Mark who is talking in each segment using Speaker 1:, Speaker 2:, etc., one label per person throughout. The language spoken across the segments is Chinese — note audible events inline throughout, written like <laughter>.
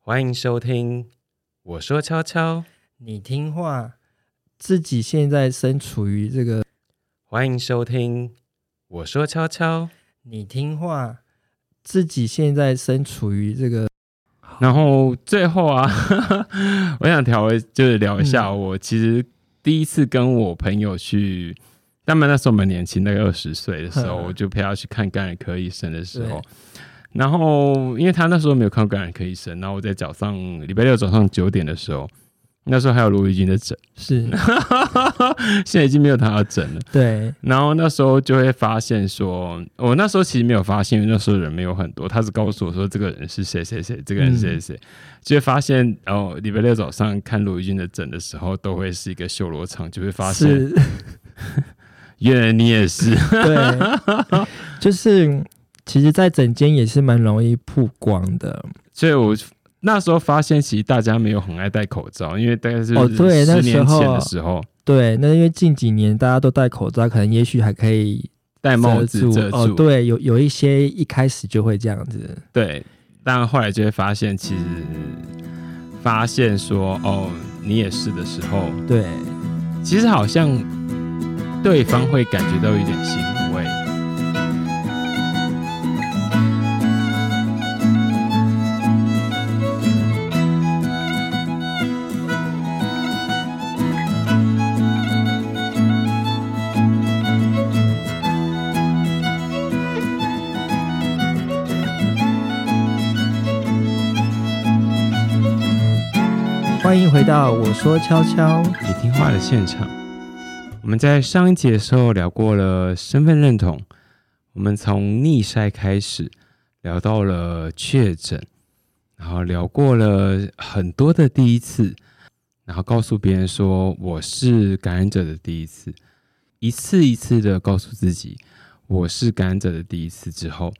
Speaker 1: 欢迎收听。我说悄悄，
Speaker 2: 你听话，自己现在身处于这个，
Speaker 1: 欢迎收听。我说悄悄，
Speaker 2: 你听话，自己现在身处于这个，
Speaker 3: 然后最后啊， <laughs> 我想调就是聊一下，
Speaker 1: 嗯
Speaker 3: 我其实第一次跟我朋友去，他们那时候我们年轻，大概二十岁的时候，
Speaker 2: 嗯
Speaker 3: 我就陪他去看感染科医生的时候。然后，因为他那时候没有看过感染科医生，然后我在早上礼拜六早上九点的时候，那时候还有罗玉君的诊，
Speaker 2: 是
Speaker 3: <laughs> 现在已经没有他的诊了。
Speaker 2: 对，
Speaker 3: 然后那时候就会发现说，我那时候其实没有发现，因为那时候人没有很多，他只告诉我说这个人是谁谁谁，这个人是谁谁
Speaker 2: 嗯
Speaker 3: 谁，就会发现哦，礼拜六早上看罗玉君的诊的时候，都会是一个修罗场，就会发现
Speaker 2: 是，
Speaker 3: 原来你也
Speaker 2: <laughs>
Speaker 3: 是，
Speaker 2: 对，
Speaker 3: <laughs>
Speaker 2: 就是其实，在整间也是蛮容易曝光的。
Speaker 3: 所以我。那时候发现，其实大家没有很爱戴口罩，因为大概是
Speaker 2: 哦对那
Speaker 3: 十
Speaker 2: 时
Speaker 3: 年
Speaker 2: 候
Speaker 3: 前的时候，
Speaker 2: 对，那因为近几年大家都戴口罩，可能也许还可以
Speaker 3: 戴帽
Speaker 2: 遮
Speaker 3: 子
Speaker 2: 住。
Speaker 3: 遮住，
Speaker 2: 哦，对，有有一些一开始就会这样子。
Speaker 3: 对，但后来就会发现，其实发现说，哦，你也是的时候，
Speaker 2: 对，
Speaker 3: 其实好像对方会感觉到有点欣慰。
Speaker 2: 欢迎回到我说悄悄，
Speaker 3: 你听话的现场，我们在上一节的时候聊过了身份认同，我们从逆筛开始聊到了确诊，然后聊过了很多的第一次，然后告诉别人说我是感染者的第一次，一次一次的告诉自己我是感染者的第一次之后，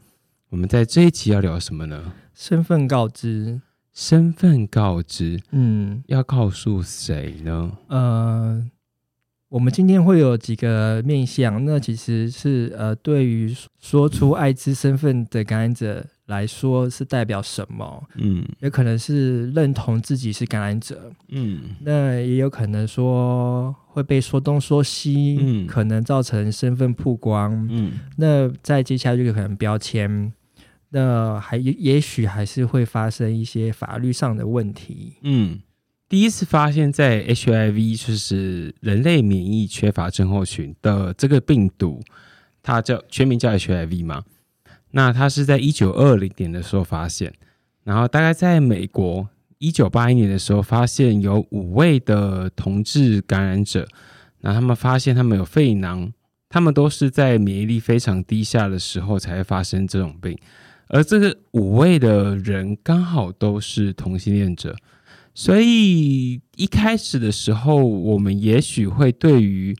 Speaker 3: 我们在这一集要聊什么呢？
Speaker 2: 身份告知。
Speaker 3: 身份告知
Speaker 2: 嗯，
Speaker 3: 要告诉谁呢？
Speaker 2: 呃，我们今天会有几个面向，那其实是呃，对于说出艾滋身份的感染者来说是代表什么，
Speaker 3: 嗯
Speaker 2: 也可能是认同自己是感染者，
Speaker 3: 嗯。
Speaker 2: 那也有可能说会被说东说西，
Speaker 3: 嗯
Speaker 2: 可能造成身份曝光。
Speaker 3: 嗯
Speaker 2: 那再接下来就可能标签，那还也也许还是会发生一些法律上的问题。
Speaker 3: 嗯，第一次发现，在 HIV 就是人类免疫缺乏症候群的这个病毒，它叫全名叫 HIV 嘛。那它是在一九二零年的时候发现，然后大概在美国一九八一年的时候发现有五位的同志感染者，然后他们发现他们有肺囊，他们都是在免疫力非常低下的时候才会发生这种病。而这个五位的人刚好都是同性恋者，所以一开始的时候，我们也许会对于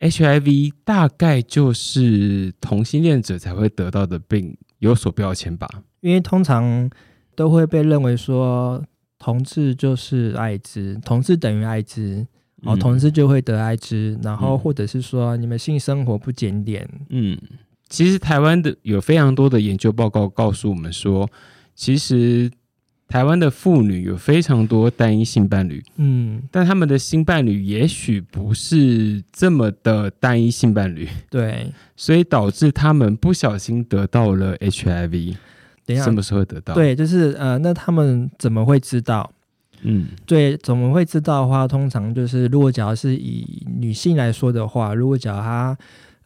Speaker 3: HIV 大概就是同性恋者才会得到的病有所标签吧。
Speaker 2: 因为通常都会被认为说同志就是艾滋，同志等于艾滋，哦，
Speaker 3: 嗯
Speaker 2: 同志就会得艾滋，然后
Speaker 3: 嗯
Speaker 2: 或者是说你们性生活不检点，
Speaker 3: 嗯，其实台湾的有非常多的研究报告告诉我们说，其实台湾的妇女有非常多单一性伴侣，
Speaker 2: 嗯，
Speaker 3: 但他们的性伴侣也许不是这么的单一性伴侣，
Speaker 2: 对，
Speaker 3: 所以导致他们不小心得到了 HIV。
Speaker 2: 等一下
Speaker 3: 什，么时候得到？，
Speaker 2: 对，就是呃，那他们怎么会知道？
Speaker 3: 嗯
Speaker 2: 对，怎么会知道的话，通常就是如果只要是以女性来说的话，如果只要她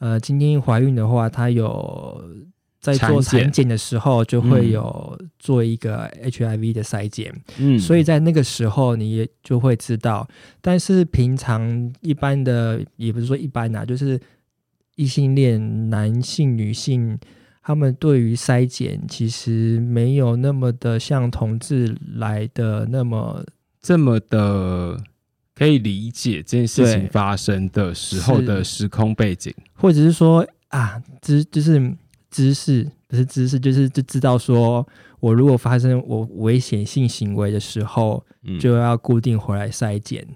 Speaker 2: 呃今天怀孕的话，她有在
Speaker 3: 产
Speaker 2: 做
Speaker 3: 检
Speaker 2: 产检的时候就会
Speaker 3: 嗯
Speaker 2: 有做一个 HIV 的筛检，
Speaker 3: 嗯，
Speaker 2: 所以在那个时候你也就会知道。但是平常一般的，也不是说一般啊，就是异性恋男性、女性，他们对于筛检其实没有那么的像同志来的那么
Speaker 3: 这么的可以理解这件事
Speaker 2: 对
Speaker 3: 情发生的时候
Speaker 2: 是
Speaker 3: 的时空背景。
Speaker 2: 或者是说啊，知就是知识，不是知识，就是就知道说我如果发生我危险性行为的时候，
Speaker 3: 嗯
Speaker 2: 就要固定回来筛检。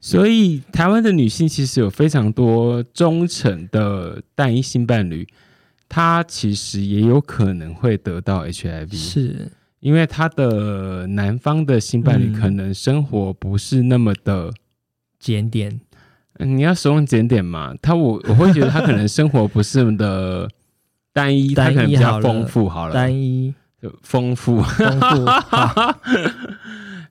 Speaker 3: 所以台湾的女性其实有非常多忠诚的单一性伴侣，她其实也有可能会得到 HIV，
Speaker 2: 是，
Speaker 3: 因为他的男方的性伴侣
Speaker 2: 嗯
Speaker 3: 可能生活不是那么的，
Speaker 2: 检点，
Speaker 3: 嗯你要使用检点嘛，他我我会觉得他可能生活不是那么的单一，他
Speaker 2: <laughs> 单一
Speaker 3: 可能比
Speaker 2: 好
Speaker 3: 较
Speaker 2: 了
Speaker 3: 丰富好了，
Speaker 2: 单一
Speaker 3: 就丰富，
Speaker 2: 丰富，好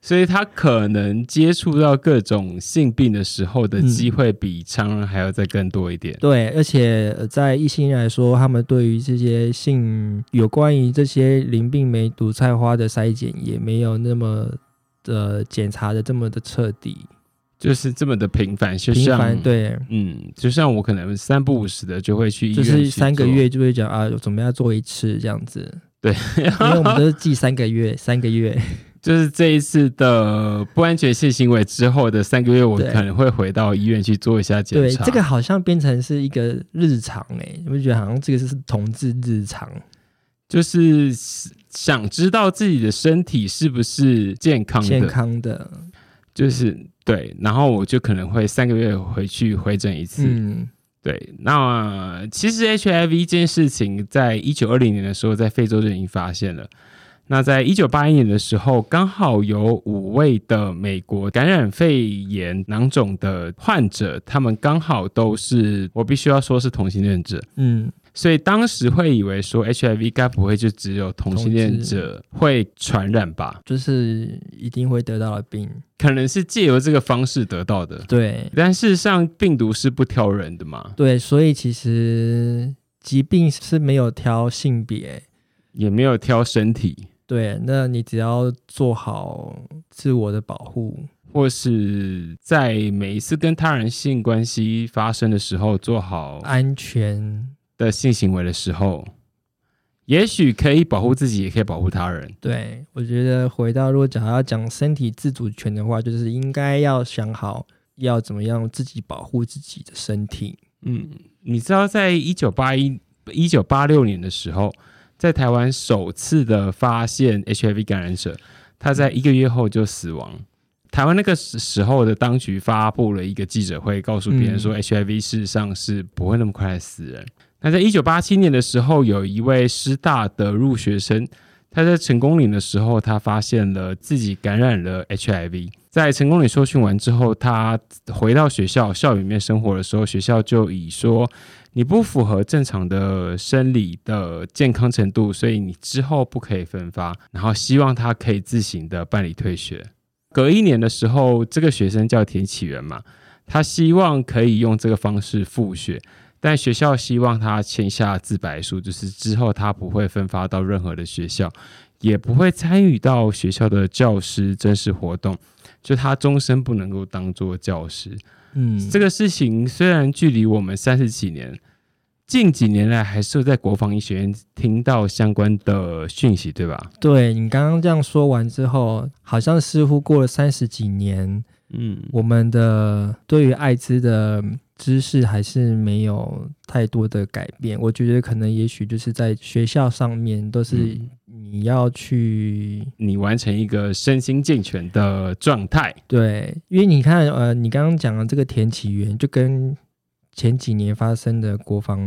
Speaker 3: 所以他可能接触到各种性病的时候的
Speaker 2: 嗯
Speaker 3: 机会比常人还要再更多一点。
Speaker 2: 对，而且呃在异性来说，他们对于这些性有关于这些淋病梅毒菜花的筛检也没有那么呃检查的这么的彻底
Speaker 3: 就是这么的频繁，就
Speaker 2: 频繁，
Speaker 3: 像，
Speaker 2: 对，
Speaker 3: 嗯，就像我可能三不五时的就会去医
Speaker 2: 就
Speaker 3: 院，
Speaker 2: 是三个，月就会讲啊，准备要做一次这
Speaker 3: <laughs>
Speaker 2: 样子。
Speaker 3: 对，
Speaker 2: 因为我们都是记三个月，三个月，
Speaker 3: <laughs> 就是这一次的不安全性行为之后的三个月，我
Speaker 2: 对
Speaker 3: 可能会回到医院去做一下检
Speaker 2: 对，
Speaker 3: 查。
Speaker 2: 这个好像变成是一个日常哎、欸，你不觉得好像这个是同志日常？
Speaker 3: 就是想知道自己的身体是不是健康的，
Speaker 2: 健康的，
Speaker 3: 就是对，然后我就可能会三个月回去回诊一次。
Speaker 2: 嗯，
Speaker 3: 对，那其实 HIV 这件事情，在一九二零年的时候，在非洲就已经发现了。那在一九八一年的时候，刚好有五位的美国感染肺炎囊肿的患者，他们刚好都是我必须要说是同性恋者，
Speaker 2: 嗯，
Speaker 3: 所以当时会以为说 HIV 该不会就只有同性恋者会传染吧？
Speaker 2: 就是一定会得到的病，
Speaker 3: 可能是借由这个方式得到的，
Speaker 2: 对
Speaker 3: 但事实上病毒是不挑人的嘛，
Speaker 2: 对，所以其实疾病是没有挑性别，
Speaker 3: 也没有挑身体。
Speaker 2: 对，那你只要做好自我的保护，
Speaker 3: 或是在每一次跟他人性关系发生的时候，做好
Speaker 2: 安全，
Speaker 3: 的性行为的时候，也许可以保护自己，也可以保护他人。
Speaker 2: 对，我觉得回到如果讲要讲身体自主权的话，就是应该要想好要怎么样自己保护自己的身体。
Speaker 3: 嗯，你知道，在一九八一一九八六年的时候，在台湾首次的发现 HIV 感染者，他在一个月后就死亡。台湾那个时时候的当局发布了一个记者会，告诉别人说 HIV 事实上是不会那么快地死人。那在一九八七年的时候，有一位师大的入学生，他在成功岭的时候，他发现了自己感染了 HIV。在成功岭受训完之后，他回到学校校园里面生活的时候，学校就以说你不符合正常的生理的健康程度，所以你之后不可以分发，然后希望他可以自行的办理退学。隔一年的时候，这个学生叫田启源嘛，他希望可以用这个方式复学，但学校希望他签下自白书，就是之后他不会分发到任何的学校，也不会参与到学校的教师真实活动，就他终身不能够当做教师。
Speaker 2: 嗯，
Speaker 3: 这个事情虽然距离我们三十几年，近几年来还是有在国防医学院听到相关的讯息，对吧？
Speaker 2: 对你刚刚这样说完之后，好像似乎过了三十几年，
Speaker 3: 嗯，
Speaker 2: 我们的对于艾滋的知识还是没有太多的改变。我觉得可能也许就是在学校上面都是
Speaker 3: 嗯
Speaker 2: 你要去
Speaker 3: 你完成一个身心健全的状态，
Speaker 2: 对，因为你看，呃，你刚刚讲的这个田启源，就跟前几年发生的国防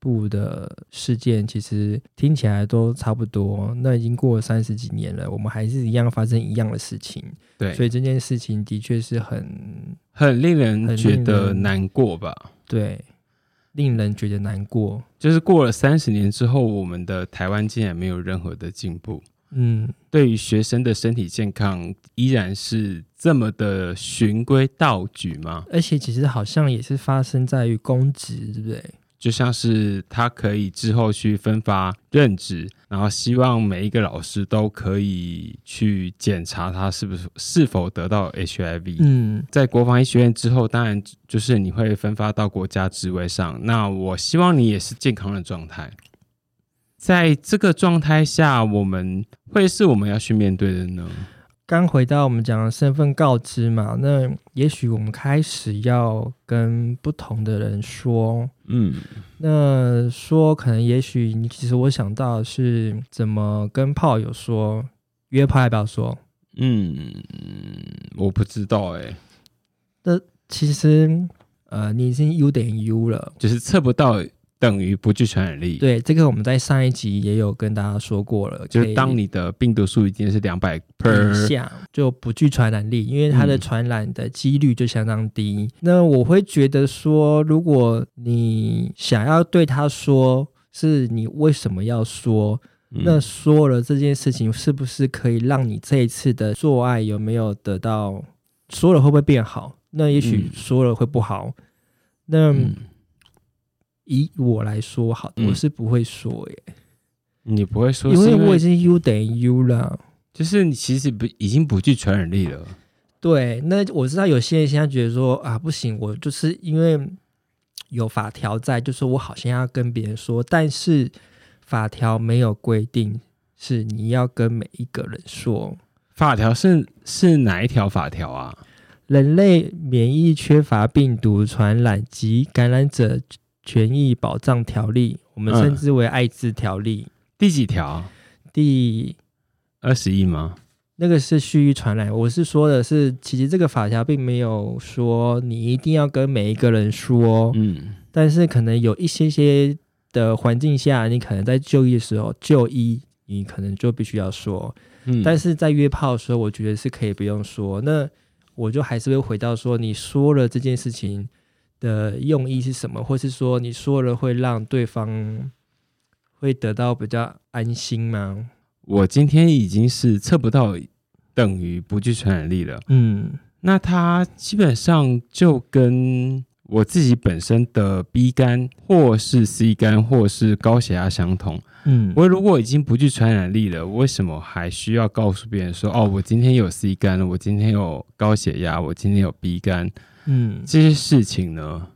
Speaker 2: 部的事件，其实听起来都差不多。那已经过了三十几年了，我们还是一样发生一样的事情，
Speaker 3: 对，
Speaker 2: 所以这件事情的确是很
Speaker 3: 很令人
Speaker 2: 很
Speaker 3: 觉
Speaker 2: 令
Speaker 3: 得
Speaker 2: 人
Speaker 3: 难过吧。
Speaker 2: 对，令人觉得难过。
Speaker 3: 就是过了三十年之后，我们的台湾竟然没有任何的进步，
Speaker 2: 嗯，
Speaker 3: 对于学生的身体健康依然是这么的循规蹈矩吗？
Speaker 2: 而且其实好像也是发生在于公职，对不对？
Speaker 3: 就像是他可以之后去分发任职，然后希望每一个老师都可以去检查他是不是是否得到 HIV。
Speaker 2: 嗯，
Speaker 3: 在国防医学院之后，当然就是你会分发到国家职位上。那我希望你也是健康的状态。在这个状态下，我们会是我们要去面对的呢？
Speaker 2: 刚回到我们讲的身份告知嘛，那也许我们开始要跟不同的人说，
Speaker 3: 嗯，
Speaker 2: 那说可能也许你其实我想到的是怎么跟炮友说，约炮要不要说？
Speaker 3: 嗯，我不知道哎、
Speaker 2: 其实呃，你已经 U 等于 U 了，
Speaker 3: 就是测不到等于不具传染力。，
Speaker 2: 对，这个我们在上一集也有跟大家说过了，
Speaker 3: 就
Speaker 2: 可以
Speaker 3: 是当你的病毒数已经是两百
Speaker 2: 以
Speaker 3: per，
Speaker 2: 下就不具传染力，因为它的
Speaker 3: 嗯
Speaker 2: 传染的几率就相当低。那我会觉得说，如果你想要对他说，是你为什么要说？
Speaker 3: 嗯
Speaker 2: 那说了这件事情，是不是可以让你这一次的做爱有没有得到？说了会不会变好？那也许
Speaker 3: 嗯
Speaker 2: 说了会不好。那
Speaker 3: 嗯，
Speaker 2: 以我来说，好，
Speaker 3: 嗯
Speaker 2: 我是不会说耶，
Speaker 3: 你不会说
Speaker 2: 因
Speaker 3: 是
Speaker 2: 为
Speaker 3: 因
Speaker 2: 我已
Speaker 3: 为
Speaker 2: 经 U 等于 U 了。
Speaker 3: 就是你其实不已经不具传染力了。
Speaker 2: 对，那我知道有些人现在觉得说啊，不行，我就是因为有法条在，就说我好像要跟别人说，但是法条没有规定是你要跟每一个人说。
Speaker 3: 法条是是哪一条法条啊？
Speaker 2: 人类免疫缺乏病毒传染及感染者权益保障条例，我们
Speaker 3: 嗯
Speaker 2: 称之为艾滋条例。
Speaker 3: 第几条？
Speaker 2: 第
Speaker 3: 二十亿吗？
Speaker 2: 那个是蓄意传染，我是说的是，其实这个法条并没有说你一定要跟每一个人说，
Speaker 3: 嗯
Speaker 2: 但是可能有一些些的环境下，你可能在就医的时候，就医你可能就必须要说，
Speaker 3: 嗯，
Speaker 2: 但是在约炮的时候，我觉得是可以不用说。那我就还是会回到说，你说了这件事情的用意是什么，或是说你说了会让对方会得到比较安心吗？
Speaker 3: 我今天已经是测不到等于不具传染力了。
Speaker 2: 嗯，
Speaker 3: 那它基本上就跟我自己本身的 B 肝或是 C 肝或是高血压相同。
Speaker 2: 嗯
Speaker 3: 我如果已经不具传染力了，为什么还需要告诉别人说哦，我今天有 C 肝，我今天有高血压，我今天有 B 肝
Speaker 2: 嗯，
Speaker 3: 这些事情呢？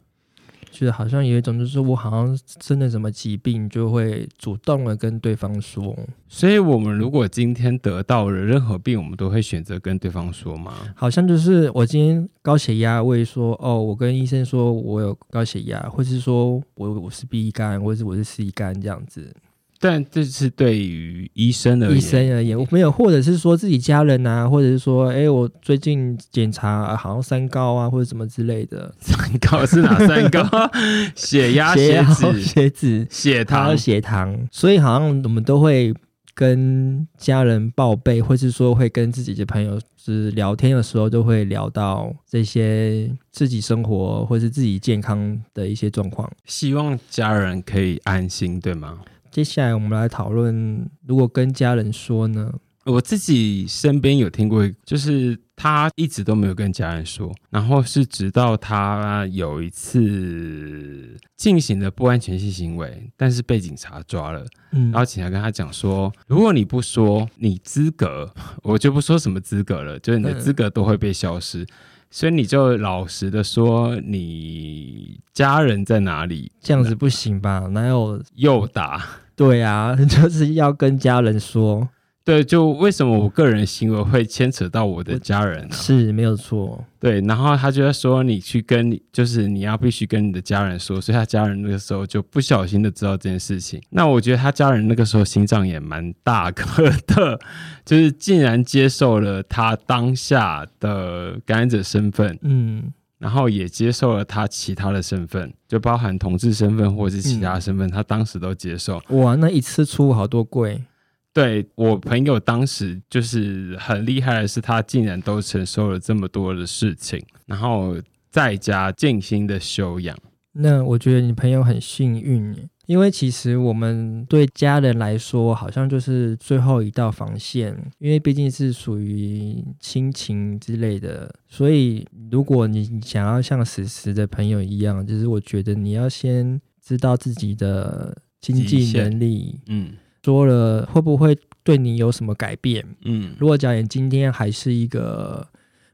Speaker 2: 就是好像有一种，就是我好像真的什么疾病，就会主动的跟对方说。
Speaker 3: 所以，我们如果今天得到了任何病，我们都会选择跟对方说吗？
Speaker 2: 好像就是我今天高血压，我也说哦，我跟医生说我有高血压，或是说我我是 B 肝，或是我是 C 肝这样子。
Speaker 3: 但这是对于医生而言，
Speaker 2: 医生而言，我没有，或者是说自己家人啊，或者是说，哎、我最近检查、啊好像三高啊，或者什么之类的，
Speaker 3: 三高是哪三高？
Speaker 2: <laughs>
Speaker 3: 血压、
Speaker 2: 血
Speaker 3: 血
Speaker 2: 压
Speaker 3: 脂、
Speaker 2: 血脂、
Speaker 3: 血
Speaker 2: 还
Speaker 3: 糖
Speaker 2: 有。血糖，所以好像我们都会跟家人报备，或是说会跟自己的朋友就是聊天的时候，都会聊到这些自己生活或是自己健康的一些状况。
Speaker 3: 希望家人可以安心，对吗？
Speaker 2: 接下来我们来讨论，如果跟家人说呢？
Speaker 3: 我自己身边有听过一，就是他一直都没有跟家人说，然后是直到他有一次进行了不安全性行为，但是被警察抓了，
Speaker 2: 嗯
Speaker 3: 然后警察跟他讲说，如果你不说，你资格， <laughs> 我就不说什么资格了，就是你的资格都会被消失，所以你就老实的说你家人在哪里，
Speaker 2: 这样子不行吧？哪有？
Speaker 3: 右打。
Speaker 2: 对啊， <laughs> 就是要跟家人说，
Speaker 3: 对，就为什么我个人行为会牵扯到我的家人啊呢、
Speaker 2: 是没有错。
Speaker 3: 对，然后他就会说你去跟你，就是你要必须跟你的家人说，所以他家人那个时候就不小心的知道这件事情。那我觉得他家人那个时候心脏也蛮大颗的， <laughs> 就是竟然接受了他当下的感染者身份，
Speaker 2: 嗯，
Speaker 3: 然后也接受了他其他的身份，就包含同志身份或者是其他身份，他当时都接受。
Speaker 2: 哇，那一次出好多贵。
Speaker 3: 对我朋友当时就是很厉害的是，他竟然都承受了这么多的事情，然后在家静心的修养。
Speaker 2: 那我觉得你朋友很幸运耶，因为其实我们对家人来说，好像就是最后一道防线，因为毕竟是属于亲情之类的，所以如果你想要像史实的朋友一样，就是我觉得你要先知道自己的经
Speaker 3: 极
Speaker 2: 济
Speaker 3: 限
Speaker 2: 能力，
Speaker 3: 嗯
Speaker 2: 说了会不会对你有什么改变？
Speaker 3: 嗯
Speaker 2: 如果假如你今天还是一个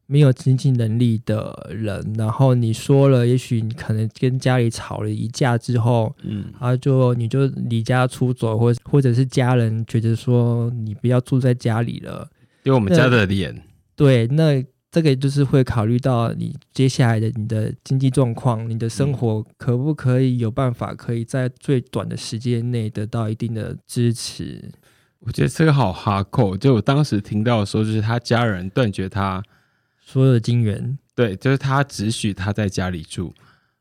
Speaker 2: 没有经济能力的人，然后你说了，也许你可能跟家里吵了一架之后，
Speaker 3: 嗯
Speaker 2: 然后就你就离家出走，或或者是家人觉得说你不要住在家里了，
Speaker 3: 对我们家的脸，
Speaker 2: 对，那这个就是会考虑到你接下来的你的经济状况，你的生活可不可以有办法可以在最短的时间内得到一定的支持，
Speaker 3: 我觉得这个好哈扣。就我当时听到的时候，就是他家人断绝他，
Speaker 2: 所有的金源。
Speaker 3: 对，就是他只许他在家里住。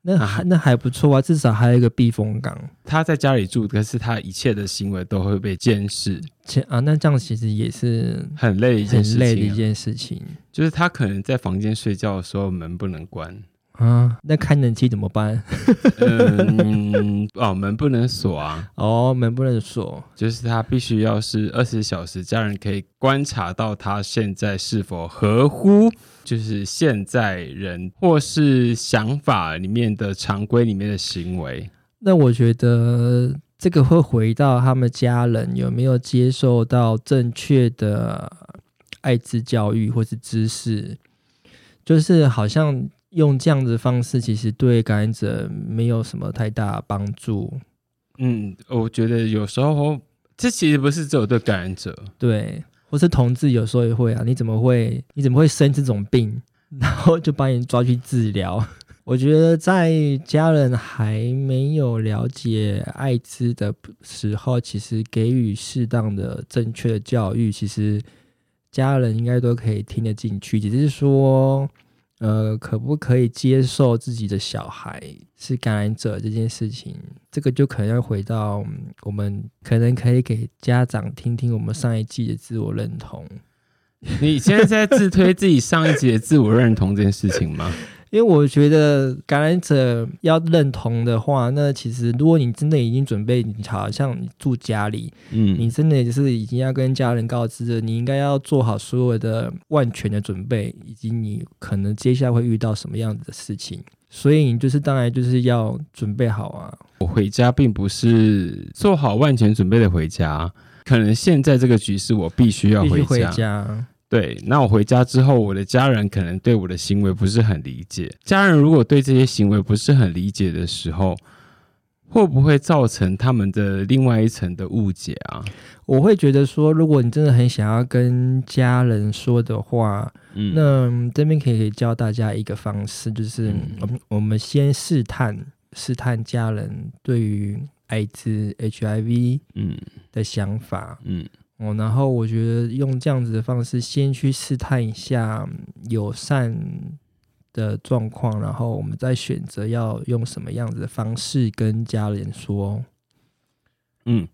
Speaker 2: 那还那还不错啊，至少还有一个避风港。
Speaker 3: 他在家里住，可是他一切的行为都会被监视，
Speaker 2: 其啊，那这样其实也是
Speaker 3: 很累的一件
Speaker 2: 很
Speaker 3: 事情啊、
Speaker 2: 累的一件事情
Speaker 3: 就是他可能在房间睡觉的时候门不能关，
Speaker 2: 啊。那开冷气怎么办？ <laughs>
Speaker 3: 嗯， <laughs> 哦，门不能锁啊，
Speaker 2: 哦，门不能锁。
Speaker 3: 就是他必须要是二十小时，家人可以观察到他现在是否合乎就是现在人或是想法里面的常规里面的行为。
Speaker 2: 那我觉得这个会回到他们家人有没有接受到正确的艾滋教育或是知识，就是好像用这样子的方式，其实对感染者没有什么太大帮助。
Speaker 3: 嗯，我觉得有时候这其实不是只有对感染
Speaker 2: <laughs>
Speaker 3: 者，
Speaker 2: 对，或是同志有时候也会啊，你怎么会你怎么会生这种病，然后就把你抓去治疗？ <laughs> 我觉得在家人还没有了解艾滋的时候，其实给予适当的正确的教育，其实家人应该都可以听得进去，只是说。呃，可不可以接受自己的小孩是感染者这件事情？这个就可能要回到嗯我们可能可以给家长听听我们上一季的自我认同，
Speaker 3: 你现在是在自推自己上一集的自我认同这件事情吗？
Speaker 2: 因为我觉得感染者要认同的话，那其实如果你真的已经准备，你好像你住家里，你
Speaker 3: 嗯，
Speaker 2: 真的就是已经要跟家人告知了，你应该要做好所有的万全的准备，以及你可能接下来会遇到什么样子的事情。所以你就是当然就是要准备好啊，
Speaker 3: 我回家并不是做好万全准备的回家，可能现在这个局势我必须要
Speaker 2: 必须
Speaker 3: 回
Speaker 2: 回
Speaker 3: 家。
Speaker 2: 家。
Speaker 3: 对，那我回家之后，我的家人可能对我的行为不是很理解。家人如果对这些行为不是很理解的时候，会不会造成他们的另外一层的误解啊？
Speaker 2: 我会觉得说，如果你真的很想要跟家人说的话，
Speaker 3: 嗯，
Speaker 2: 那嗯这边可以教大家一个方式，就是
Speaker 3: 嗯
Speaker 2: 我们我们先试探试探家人对于艾滋 HIV
Speaker 3: 嗯
Speaker 2: 的想法
Speaker 3: 嗯
Speaker 2: 哦，然后我觉得用这样子的方式先去试探一下嗯友善的状况，然后我们再选择要用什么样子的方式跟家人说。
Speaker 3: 嗯，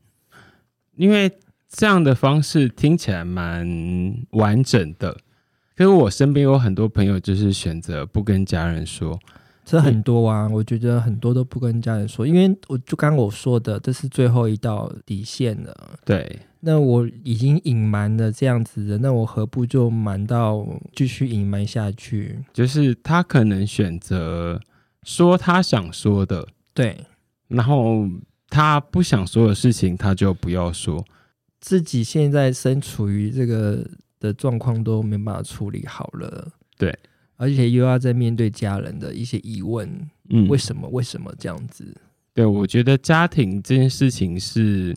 Speaker 3: 因为这样的方式听起来蛮完整的。可是我身边有很多朋友就是选择不跟家人说，
Speaker 2: 这很多啊，我觉得很多都不跟家人说，因为我就刚我说的，这是最后一道底线了。
Speaker 3: 对，
Speaker 2: 那我已经隐瞒了这样子的，那我何不就瞒到继续隐瞒下去？
Speaker 3: 就是他可能选择说他想说的，
Speaker 2: 对
Speaker 3: 然后他不想说的事情，他就不要说。
Speaker 2: 自己现在身处于这个的状况都没办法处理好了，
Speaker 3: 对，
Speaker 2: 而且又要再面对家人的一些疑问，
Speaker 3: 嗯
Speaker 2: 为什么？为什么这样子？
Speaker 3: 对，我觉得家庭这件事情是，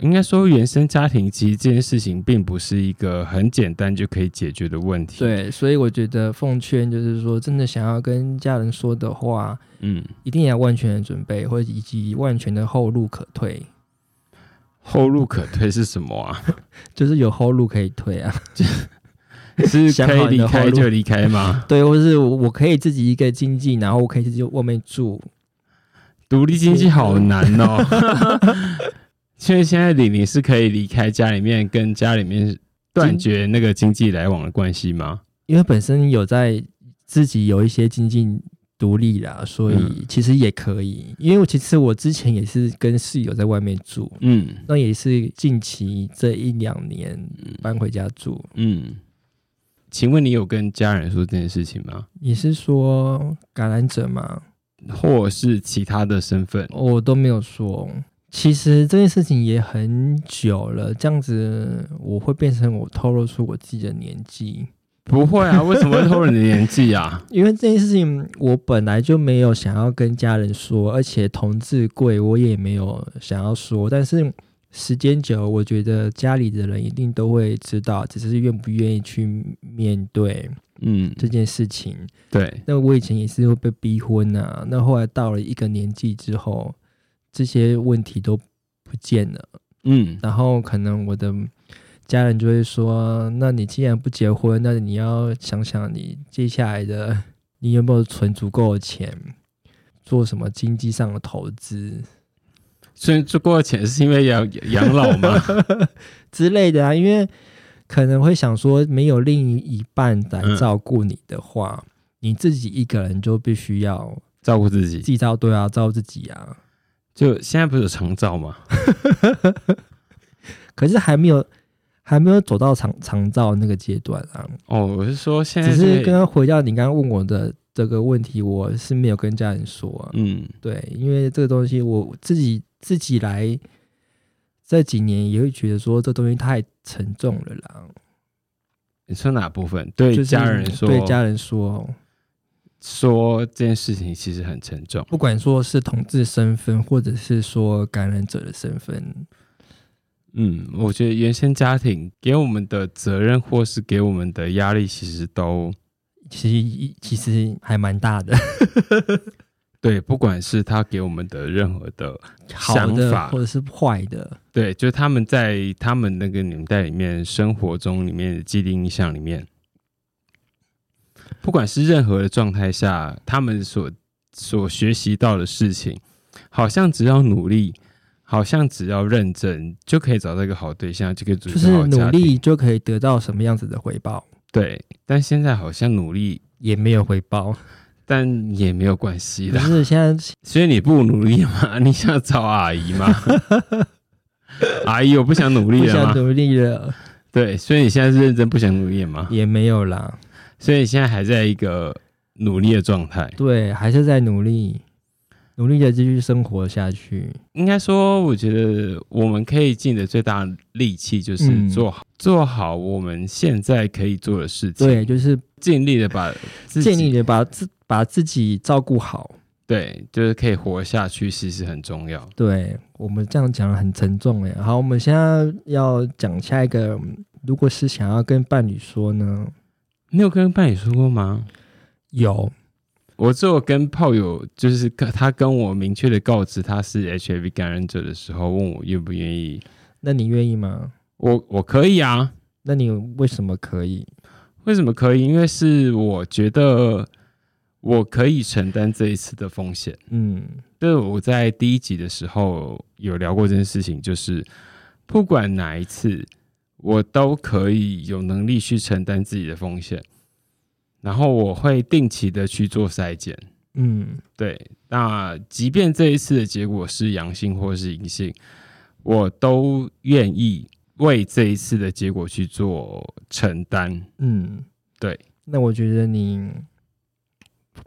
Speaker 3: 应该说原生家庭，其实这件事情并不是一个很简单就可以解决的问题。，
Speaker 2: 对，所以我觉得奉劝就是说，真的想要跟家人说的话，
Speaker 3: 嗯，
Speaker 2: 一定要万全的准备，或者以及万全的后路可退，
Speaker 3: 后路可退是什么
Speaker 2: <laughs>
Speaker 3: 啊？
Speaker 2: 就是有后路可以退啊。
Speaker 3: 是
Speaker 2: 想
Speaker 3: 可以
Speaker 2: 好你
Speaker 3: 离
Speaker 2: 的后
Speaker 3: 开
Speaker 2: 路
Speaker 3: 就离开吗？
Speaker 2: <laughs> 对，或是我可以自己一个经济，然后我可以自己外面住。
Speaker 3: 独立经济好难哦。
Speaker 2: <laughs>
Speaker 3: 因为现在李玲是可以离开家里面，跟家里面断绝那个经济来往的关系吗？
Speaker 2: 因为本身有在自己有一些经济独立啦，所以
Speaker 3: 嗯
Speaker 2: 其实也可以。因为我其实我之前也是跟室友在外面住，
Speaker 3: 嗯
Speaker 2: 那也是近期这一两年搬回家住。
Speaker 3: 嗯，请问你有跟家人说这件事情吗？
Speaker 2: 你是说感染者吗？嗯
Speaker 3: 或是其他的身份？
Speaker 2: 我都没有说。其实这件事情也很久了，这样子我会变成我透露出我自己的年纪，
Speaker 3: 不会啊，为什么会偷人的年纪啊？
Speaker 2: <laughs> 因为这件事情我本来就没有想要跟家人说，而且同志贵我也没有想要说，但是时间久了，我觉得家里的人一定都会知道，只是愿不愿意去面对
Speaker 3: 嗯，
Speaker 2: 这件事情。
Speaker 3: 对，
Speaker 2: 那我以前也是会被逼婚啊，那后来到了一个年纪之后，这些问题都不见了。
Speaker 3: 嗯
Speaker 2: 然后可能我的家人就会说：“那你既然不结婚，那你要想想你接下来的，你有没有存足够的钱？做什么经济上的投资
Speaker 3: 虽然出国钱是因为要养老
Speaker 2: <laughs>
Speaker 3: 嘛，
Speaker 2: 之类的啊，因为可能会想说，没有另一半来照顾你的话，你自己一个人就必须要
Speaker 3: 照顾自己
Speaker 2: 自。己照对啊，照自己啊。
Speaker 3: 就现在不是有长照吗？
Speaker 2: 可是还没有还没有走到长长照那个阶段啊，
Speaker 3: 哦，我是说现在
Speaker 2: 只是刚
Speaker 3: 这个
Speaker 2: 刚回到你刚刚问我的这个问题，我是没有跟家人说啊。
Speaker 3: 嗯，
Speaker 2: 对，因为这个东西我自己自己来这几年也会觉得说这东西太沉重了啦，
Speaker 3: 你说哪部分？对
Speaker 2: 就是
Speaker 3: 家人说，
Speaker 2: 对家人说，
Speaker 3: 说这件事情其实很沉重。
Speaker 2: 不管说是同志身份，或者是说感染者的身份，
Speaker 3: 嗯，我觉得原生家庭给我们的责任或是给我们的压力，其实都
Speaker 2: 其实其实还蛮
Speaker 3: <laughs>
Speaker 2: 大的，
Speaker 3: 对，不管是他给我们的任何的，
Speaker 2: 好
Speaker 3: 想
Speaker 2: 的
Speaker 3: 法
Speaker 2: 或者是坏的，
Speaker 3: 对，就是他们在他们那个年代里面生活中里面的既定印象里面，不管是任何的状态下，他们所所学习到的事情，好像只要努力，好像只要认真，就可以找到一个好对象，就可以组
Speaker 2: 就
Speaker 3: 成
Speaker 2: 是
Speaker 3: 好
Speaker 2: 努
Speaker 3: 家庭。
Speaker 2: 力就可以得到什么样子的回报，
Speaker 3: 对，但现在好像努力，
Speaker 2: 也没有回报。
Speaker 3: 但也没有关系
Speaker 2: 可
Speaker 3: 啦。
Speaker 2: 是现在
Speaker 3: 所以你不努力吗？ <laughs> 你想找阿姨
Speaker 2: <laughs>
Speaker 3: 吗？阿姨，我不想努力
Speaker 2: 不
Speaker 3: 了吗
Speaker 2: 想？努力了，
Speaker 3: 对，所以你现在是认真不想努力吗？
Speaker 2: <laughs> 也没有啦，
Speaker 3: 所以你现在还在一个努力的状态。
Speaker 2: 对，还是在努力，努力的继续生活下去。
Speaker 3: 应该说，我觉得我们可以尽的最大力气就是
Speaker 2: 嗯
Speaker 3: 做好、做好我们现在可以做的事情，
Speaker 2: 对，，就是
Speaker 3: 尽力的把自己
Speaker 2: 建立的把自把自己照顾好。
Speaker 3: 对，就是可以活下去，其实很重要。
Speaker 2: 对我们这样讲很沉重哎。好，我们现在要讲下一个，嗯如果是想要跟伴侣说呢，
Speaker 3: 你有跟伴侣说过吗？
Speaker 2: 有
Speaker 3: 我只有跟炮友，就是跟他跟我明确的告知他是 HIV 感染者的时候，问我愿不愿意。
Speaker 2: 那你愿意吗？
Speaker 3: 我我可以啊，
Speaker 2: 那你为什么可以？
Speaker 3: 为什么可以？因为是我觉得我可以承担这一次的风险。
Speaker 2: 嗯，
Speaker 3: 对，我在第一集的时候有聊过这件事情，就是不管哪一次，我都可以有能力去承担自己的风险，然后我会定期的去做筛检。
Speaker 2: 嗯，
Speaker 3: 对，那即便这一次的结果是阳性或是阴性，我都愿意为这一次的结果去做承担。
Speaker 2: 嗯，
Speaker 3: 对。
Speaker 2: 那我觉得你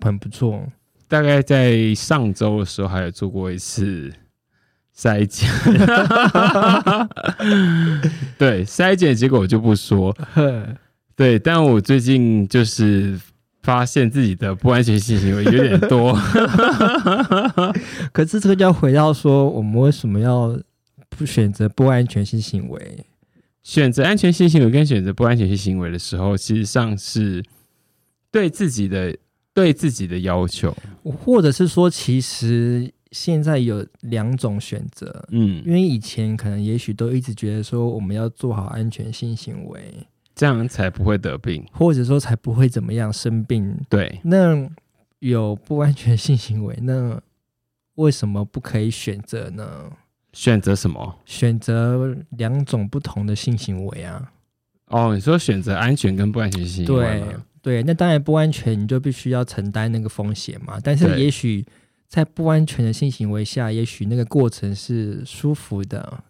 Speaker 2: 很不
Speaker 3: <laughs>
Speaker 2: 错，
Speaker 3: 大概在上周的时候，还有做过一次筛检， <laughs> 对筛检结果我就不说。对，但我最近就是发现自己的不安全性行为有点多，
Speaker 2: 可是这个就要回到说，我们为什么要不选择不安全性行为？
Speaker 3: 选择安全性行为跟选择不安全性行为的时候，其实上是对自己的对自己的要求。
Speaker 2: 或者是说，其实现在有两种选择，因
Speaker 3: 嗯，
Speaker 2: 为以前可能也许都一直觉得说我们要做好安全性行为，
Speaker 3: 这样才不会得病。
Speaker 2: 或者说才不会怎么样生病。
Speaker 3: 对，
Speaker 2: 那有不安全性行为，那为什么不可以选择呢？
Speaker 3: 选择什么？
Speaker 2: 选择两种不同的性行为啊，
Speaker 3: 哦，你说选择安全跟不安全性行为
Speaker 2: 对
Speaker 3: 吗？
Speaker 2: 对，那当然不安全，你就必须要承担那个风险嘛。但是
Speaker 3: 对
Speaker 2: 也许在不安全的性行为下，也许那个过程是舒服的。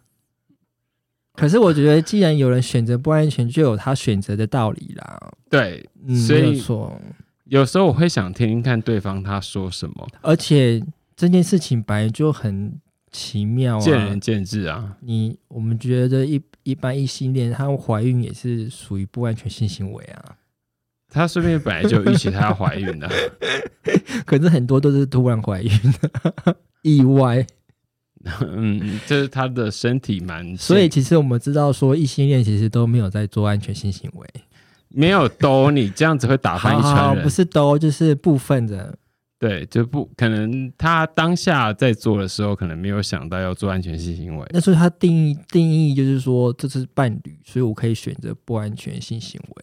Speaker 2: 可是我觉得，既然有人选择不安全，就有他选择的道理啦。
Speaker 3: 对，
Speaker 2: 嗯，
Speaker 3: 所
Speaker 2: 没
Speaker 3: 以
Speaker 2: 有错。
Speaker 3: 有时候我会想听听看对方他说什么，
Speaker 2: 而且这件事情本来就很奇妙
Speaker 3: 见仁
Speaker 2: 啊。
Speaker 3: 见智啊。
Speaker 2: 你我们觉得一一般异性恋，她怀孕也是属于不安全性行为啊。
Speaker 3: 他说不定本来就预期她要怀
Speaker 2: <laughs>
Speaker 3: 孕的，
Speaker 2: 可是很多都是突然怀孕的 <laughs> 意外。
Speaker 3: 嗯，就是他的身体蛮，
Speaker 2: 所以其实我们知道说异性恋其实都没有在做安全性行为，
Speaker 3: 没有兜你这样子会打翻啊一
Speaker 2: 好好
Speaker 3: 船
Speaker 2: 不
Speaker 3: 人。
Speaker 2: 是都就是部分的，
Speaker 3: 对，就不可能他当下在做的时候，可能没有想到要做安全性行为。
Speaker 2: 那所以它定义定义就是说这是伴侣，所以我可以选择不安全性行为。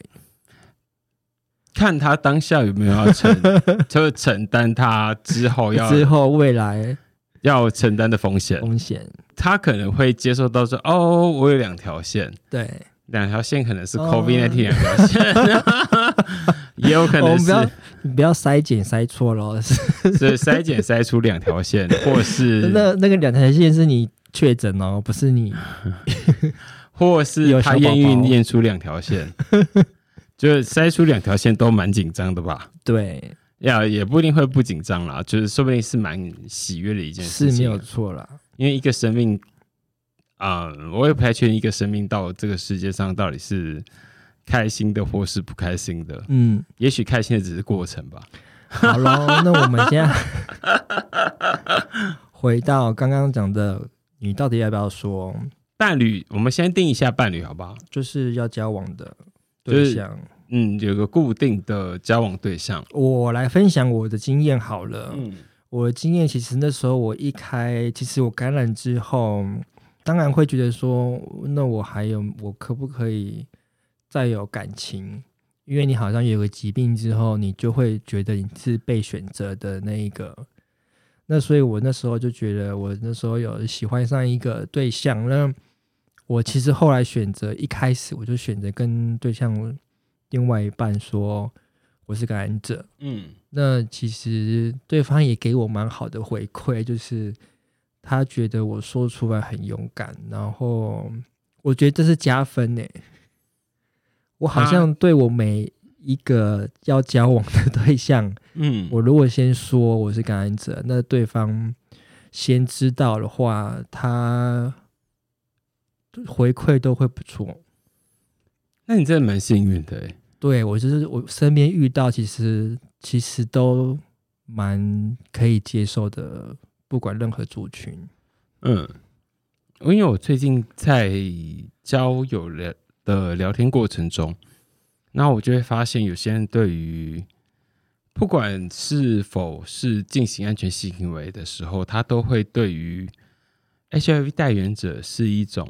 Speaker 3: 看他当下有没有要承， <laughs> 就是承担他之后要
Speaker 2: 之后未来
Speaker 3: 要承担的风险。
Speaker 2: 风险，
Speaker 3: 他可能会接受到说，哦，我有两条线，
Speaker 2: 对，
Speaker 3: 两条线可能是
Speaker 2: 哦
Speaker 3: COVID 1 9两条线， <laughs> 也有可
Speaker 2: 哦我
Speaker 3: 能
Speaker 2: 们不要
Speaker 3: 是
Speaker 2: 你不要筛检筛错了，
Speaker 3: 是筛检筛出两条线，或是
Speaker 2: <laughs> 那那个两条线是你确诊哦，不是你
Speaker 3: 或是
Speaker 2: 有
Speaker 3: 他
Speaker 2: 小宝哦
Speaker 3: 验孕
Speaker 2: 宝
Speaker 3: 验出两条线， <laughs> 就是筛出两条线都蛮紧张的吧？
Speaker 2: 对，
Speaker 3: 呀，也不一定会不紧张啦，就是说不定是蛮喜悦的一件事
Speaker 2: 是没
Speaker 3: 情啊，
Speaker 2: 有错啦。
Speaker 3: 因为一个生命，啊、我也不太确定一个生命到这个世界上到底是开心的或是不开心的，
Speaker 2: 嗯，
Speaker 3: 也许开心的只是过程吧。
Speaker 2: 好
Speaker 3: <laughs>
Speaker 2: 喽，那我们现在回到刚刚讲的，你到底要不要说，
Speaker 3: 伴侣，我们先定一下伴侣好不好？
Speaker 2: 就是要交往的
Speaker 3: 就
Speaker 2: 对
Speaker 3: 是
Speaker 2: 象？
Speaker 3: 嗯，有个固定的交往对象，
Speaker 2: 我来分享我的经验好了。
Speaker 3: 嗯，
Speaker 2: 我的经验其实那时候我一开，其实我感染之后，当然会觉得说，那我还有我可不可以再有感情？因为你好像有个疾病之后，你就会觉得你是被选择的那一个。那所以我那时候就觉得，我那时候有喜欢上一个对象。那我其实后来选择，一开始我就选择跟对象另外一半说我是感染者。
Speaker 3: 嗯，
Speaker 2: 那其实对方也给我蛮好的回馈，就是他觉得我说出来很勇敢，然后我觉得这是加分呢。我好
Speaker 3: 他
Speaker 2: 像对我每一个要交往的对象，
Speaker 3: 嗯，
Speaker 2: 我如果先说我是感染者，那对方先知道的话，他回馈都会不错。
Speaker 3: 那你真的蛮幸运的欸，
Speaker 2: 对我就是我身边遇到，其实其实都蛮可以接受的，不管任何族群。
Speaker 3: 嗯，因为我最近在交友聊的聊天过程中，那我就会发现有些人对于不管是否是进行安全性行为的时候，他都会对于 HIV 代言者是一种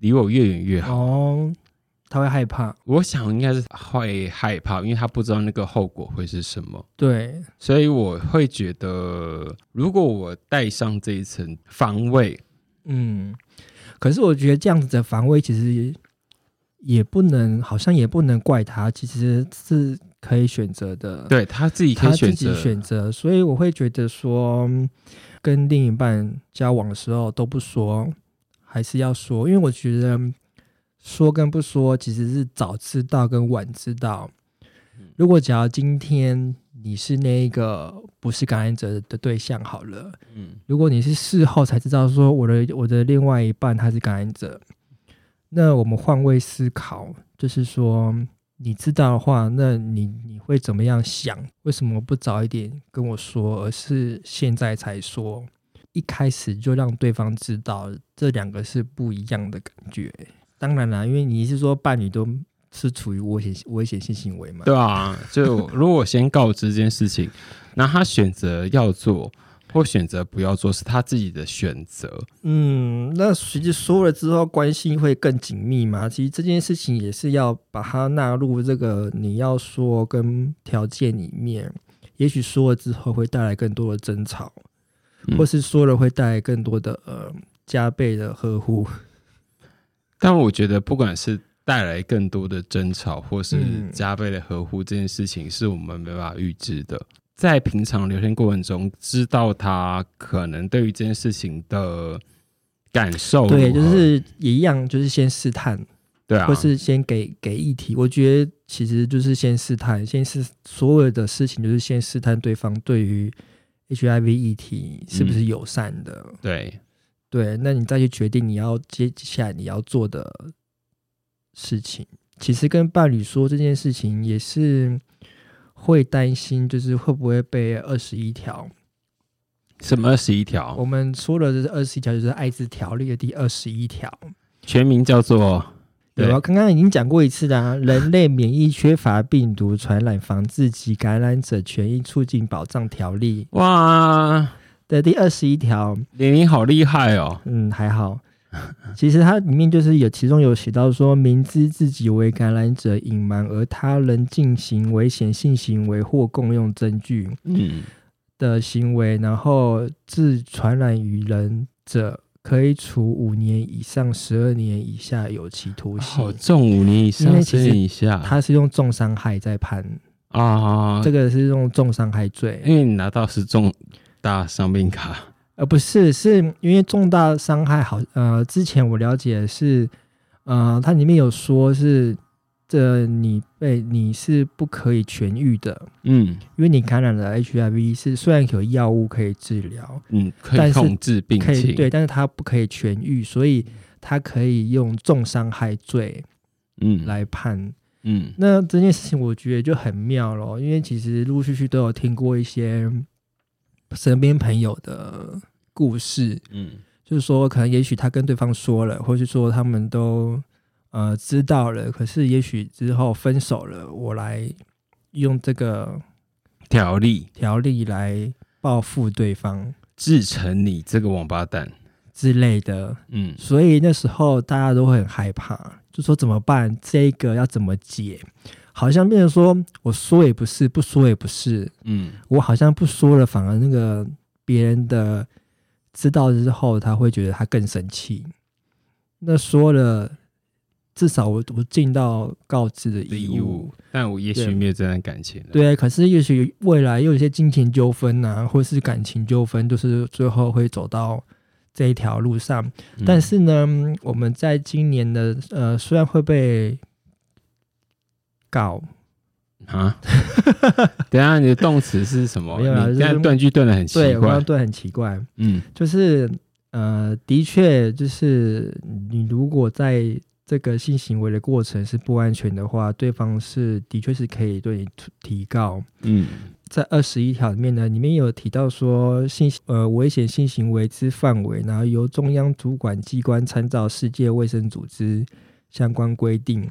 Speaker 3: 离我越远越好。
Speaker 2: 哦，他会害怕，
Speaker 3: 我想应该是会害怕，因为他不知道那个后果会是什么。
Speaker 2: 对，
Speaker 3: 所以我会觉得，如果我带上这一层防卫，
Speaker 2: 嗯。可是我觉得这样子的防卫其实也不能，好像也不能怪他，其实是可以选择的。
Speaker 3: 对他自己可
Speaker 2: 他
Speaker 3: 以
Speaker 2: 自
Speaker 3: 选
Speaker 2: 己
Speaker 3: 择，
Speaker 2: 选择，所以我会觉得说，嗯跟另一半交往的时候都不说，还是要说，因为我觉得嗯说跟不说其实是早知道跟晚知道。
Speaker 3: 嗯
Speaker 2: 如果假如今天你是那个不是感染者的对象好了，
Speaker 3: 嗯
Speaker 2: 如果你是事后才知道说我的我的另外一半他是感染者，那我们换位思考，就是说你知道的话，那你你会怎么样想？为什么不早一点跟我说，而是现在才说？一开始就让对方知道，这两个是不一样的感觉。当然啦，因为你是说伴侣都是处于危险危险性行为嘛？
Speaker 3: 对啊，就如果我先告知这件事情，那他选择要做或选择不要做是他自己的选择。
Speaker 2: 嗯，那其实说了之后，关系会更紧密嘛。其实这件事情也是要把它纳入这个你要说跟条件里面。也许说了之后会带来更多的争吵，
Speaker 3: 嗯
Speaker 2: 或是说了会带来更多的呃加倍的呵护。
Speaker 3: 但我觉得，不管是带来更多的争吵，或是
Speaker 2: 嗯
Speaker 3: 加倍的呵护，这件事情是我们没办法预知的。在平常聊天过程中，知道他可能对于这件事情的感受如何，
Speaker 2: 对，就是也一样，就是先试探，
Speaker 3: 啊对啊，
Speaker 2: 或是先给给议题。我觉得其实就是先试探，先试所有的事情，就是先试探对方对于 HIV 议题
Speaker 3: 嗯
Speaker 2: 是不是友善的。
Speaker 3: 对，
Speaker 2: 对，那你再去决定你要接下来你要做的事情。其实跟伴侣说这件事情也是会担心，就是会不会被二十一条。
Speaker 3: 什么十一
Speaker 2: 我
Speaker 3: 条，
Speaker 2: 们说的这二十一条就是《艾滋条例》的第二十一条。
Speaker 3: 全名叫做
Speaker 2: 有啊，刚刚已经讲过一次啦、人类免疫缺乏病毒传染防治及感染者权益促进保障条例》
Speaker 3: 哇，
Speaker 2: 的第二十一条。
Speaker 3: 玲玲好厉害哦，
Speaker 2: 嗯，还好。其实它里面就是有，其中有写到说，明知自己为感染者，隐瞒而他人进行危险性行为或共用证据
Speaker 3: 嗯，
Speaker 2: 的行为，然后致传染于人者，可以处五年以上十二年以下有期徒
Speaker 3: 好
Speaker 2: 刑。
Speaker 3: 重五年以
Speaker 2: 哦因
Speaker 3: 上，
Speaker 2: 为其
Speaker 3: 十
Speaker 2: 实
Speaker 3: 年以下
Speaker 2: 他是用重伤害在判，
Speaker 3: 啊，
Speaker 2: 这个是用重伤害罪，
Speaker 3: 因为你拿到是重大伤病卡，
Speaker 2: 呃，不是，是因为重大伤害好，呃，之前我了解是，呃，它里面有说是，这你被你是不可以痊愈的，
Speaker 3: 嗯
Speaker 2: 因为你感染了 HIV 是虽然有药物可以治疗，
Speaker 3: 嗯，可
Speaker 2: 但
Speaker 3: 以
Speaker 2: 是
Speaker 3: 控制病
Speaker 2: 可以
Speaker 3: 情，
Speaker 2: 对，但是它不可以痊愈，所以它可以用重伤害罪
Speaker 3: 嗯，
Speaker 2: 来判。
Speaker 3: 嗯
Speaker 2: 那这件事情我觉得就很妙咯，因为其实陆陆续续都有听过一些身边朋友的故事，
Speaker 3: 嗯
Speaker 2: 就是说，可能也许他跟对方说了，或是说他们都呃知道了，可是也许之后分手了，我来用这个
Speaker 3: 条例
Speaker 2: 条例来报复对方
Speaker 3: 制成你这个王八蛋，
Speaker 2: 之类的，
Speaker 3: 嗯
Speaker 2: 所以那时候大家都会很害怕，就说怎么办？这个要怎么解？好像变成说，我说也不是，不说也不是，
Speaker 3: 嗯
Speaker 2: 我好像不说了，反而那个别人的知道之后，他会觉得他更生气。那说了，至少我我尽到告知的
Speaker 3: 的
Speaker 2: 义
Speaker 3: 义
Speaker 2: 务
Speaker 3: 务。，但我也许
Speaker 2: 对
Speaker 3: 没有这段感情了，
Speaker 2: 对，啊可是也许未来又有一些金钱纠纷呐，或是感情纠纷，就是最后会走到这一条路上。
Speaker 3: 嗯，
Speaker 2: 但是呢，我们在今年的呃，虽然会被告，
Speaker 3: 啊， <laughs> 等一下你的动词是什么？
Speaker 2: 没有啦
Speaker 3: 你
Speaker 2: 就是
Speaker 3: 现在断句断的很奇
Speaker 2: 对我刚
Speaker 3: 怪
Speaker 2: 刚，对很奇怪，
Speaker 3: 嗯
Speaker 2: 就是呃，的确，就是你如果在这个性行为的过程是不安全的话，对方是的确是可以对你提提告。
Speaker 3: 嗯
Speaker 2: 在二十一条里面呢，里面有提到说性呃危险性行为之范围，然后由中央主管机关参照世界卫生组织相关规定。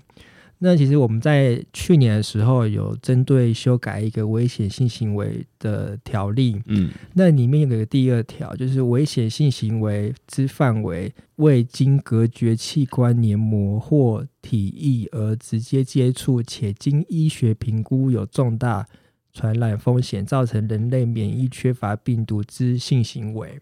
Speaker 2: 那其实我们在去年的时候有针对修改一个危险性行为的条例，
Speaker 3: 嗯
Speaker 2: 那里面有个第二条，就是危险性行为之范围未经隔绝器官黏膜或体液而直接接触，且经医学评估有重大传染风险，造成人类免疫缺乏病毒之性行为。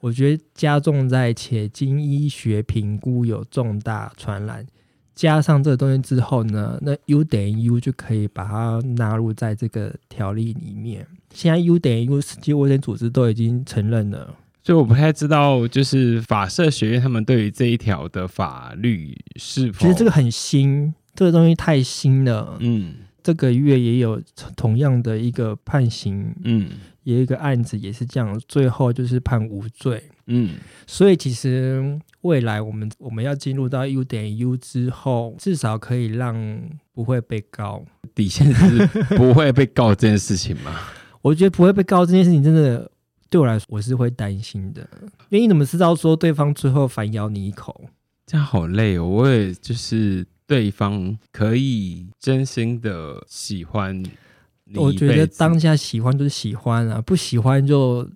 Speaker 2: 我觉得加重在且经医学评估有重大传染，加上这个东西之后呢，那 U 等于 U 就可以把它纳入在这个条例里面。现在 U 等于 U，世界卫生组织都已经承认了。
Speaker 3: 所以我不太知道，就是法社学院他们对于这一条的法律是否，
Speaker 2: 其实这个很新，这个东西太新了。
Speaker 3: 嗯
Speaker 2: 这个月也有同样的一个判刑，
Speaker 3: 嗯
Speaker 2: 也有一个案子也是这样，最后就是判无罪。
Speaker 3: 嗯
Speaker 2: 所以其实未来我们我们要进入到 U 等于 U 之后，至少可以让不会被告。
Speaker 3: 底线是不会被告这件事情嘛？
Speaker 2: 我觉得不会被告这件事情，真的对我来说我是会担心的，因为你怎么知道说对方最后反咬你一口？
Speaker 3: <laughs> 这样好累哦，我也就是对方可以真心的喜欢你一辈子，
Speaker 2: 我觉得当下喜欢就是喜欢啊，不喜欢就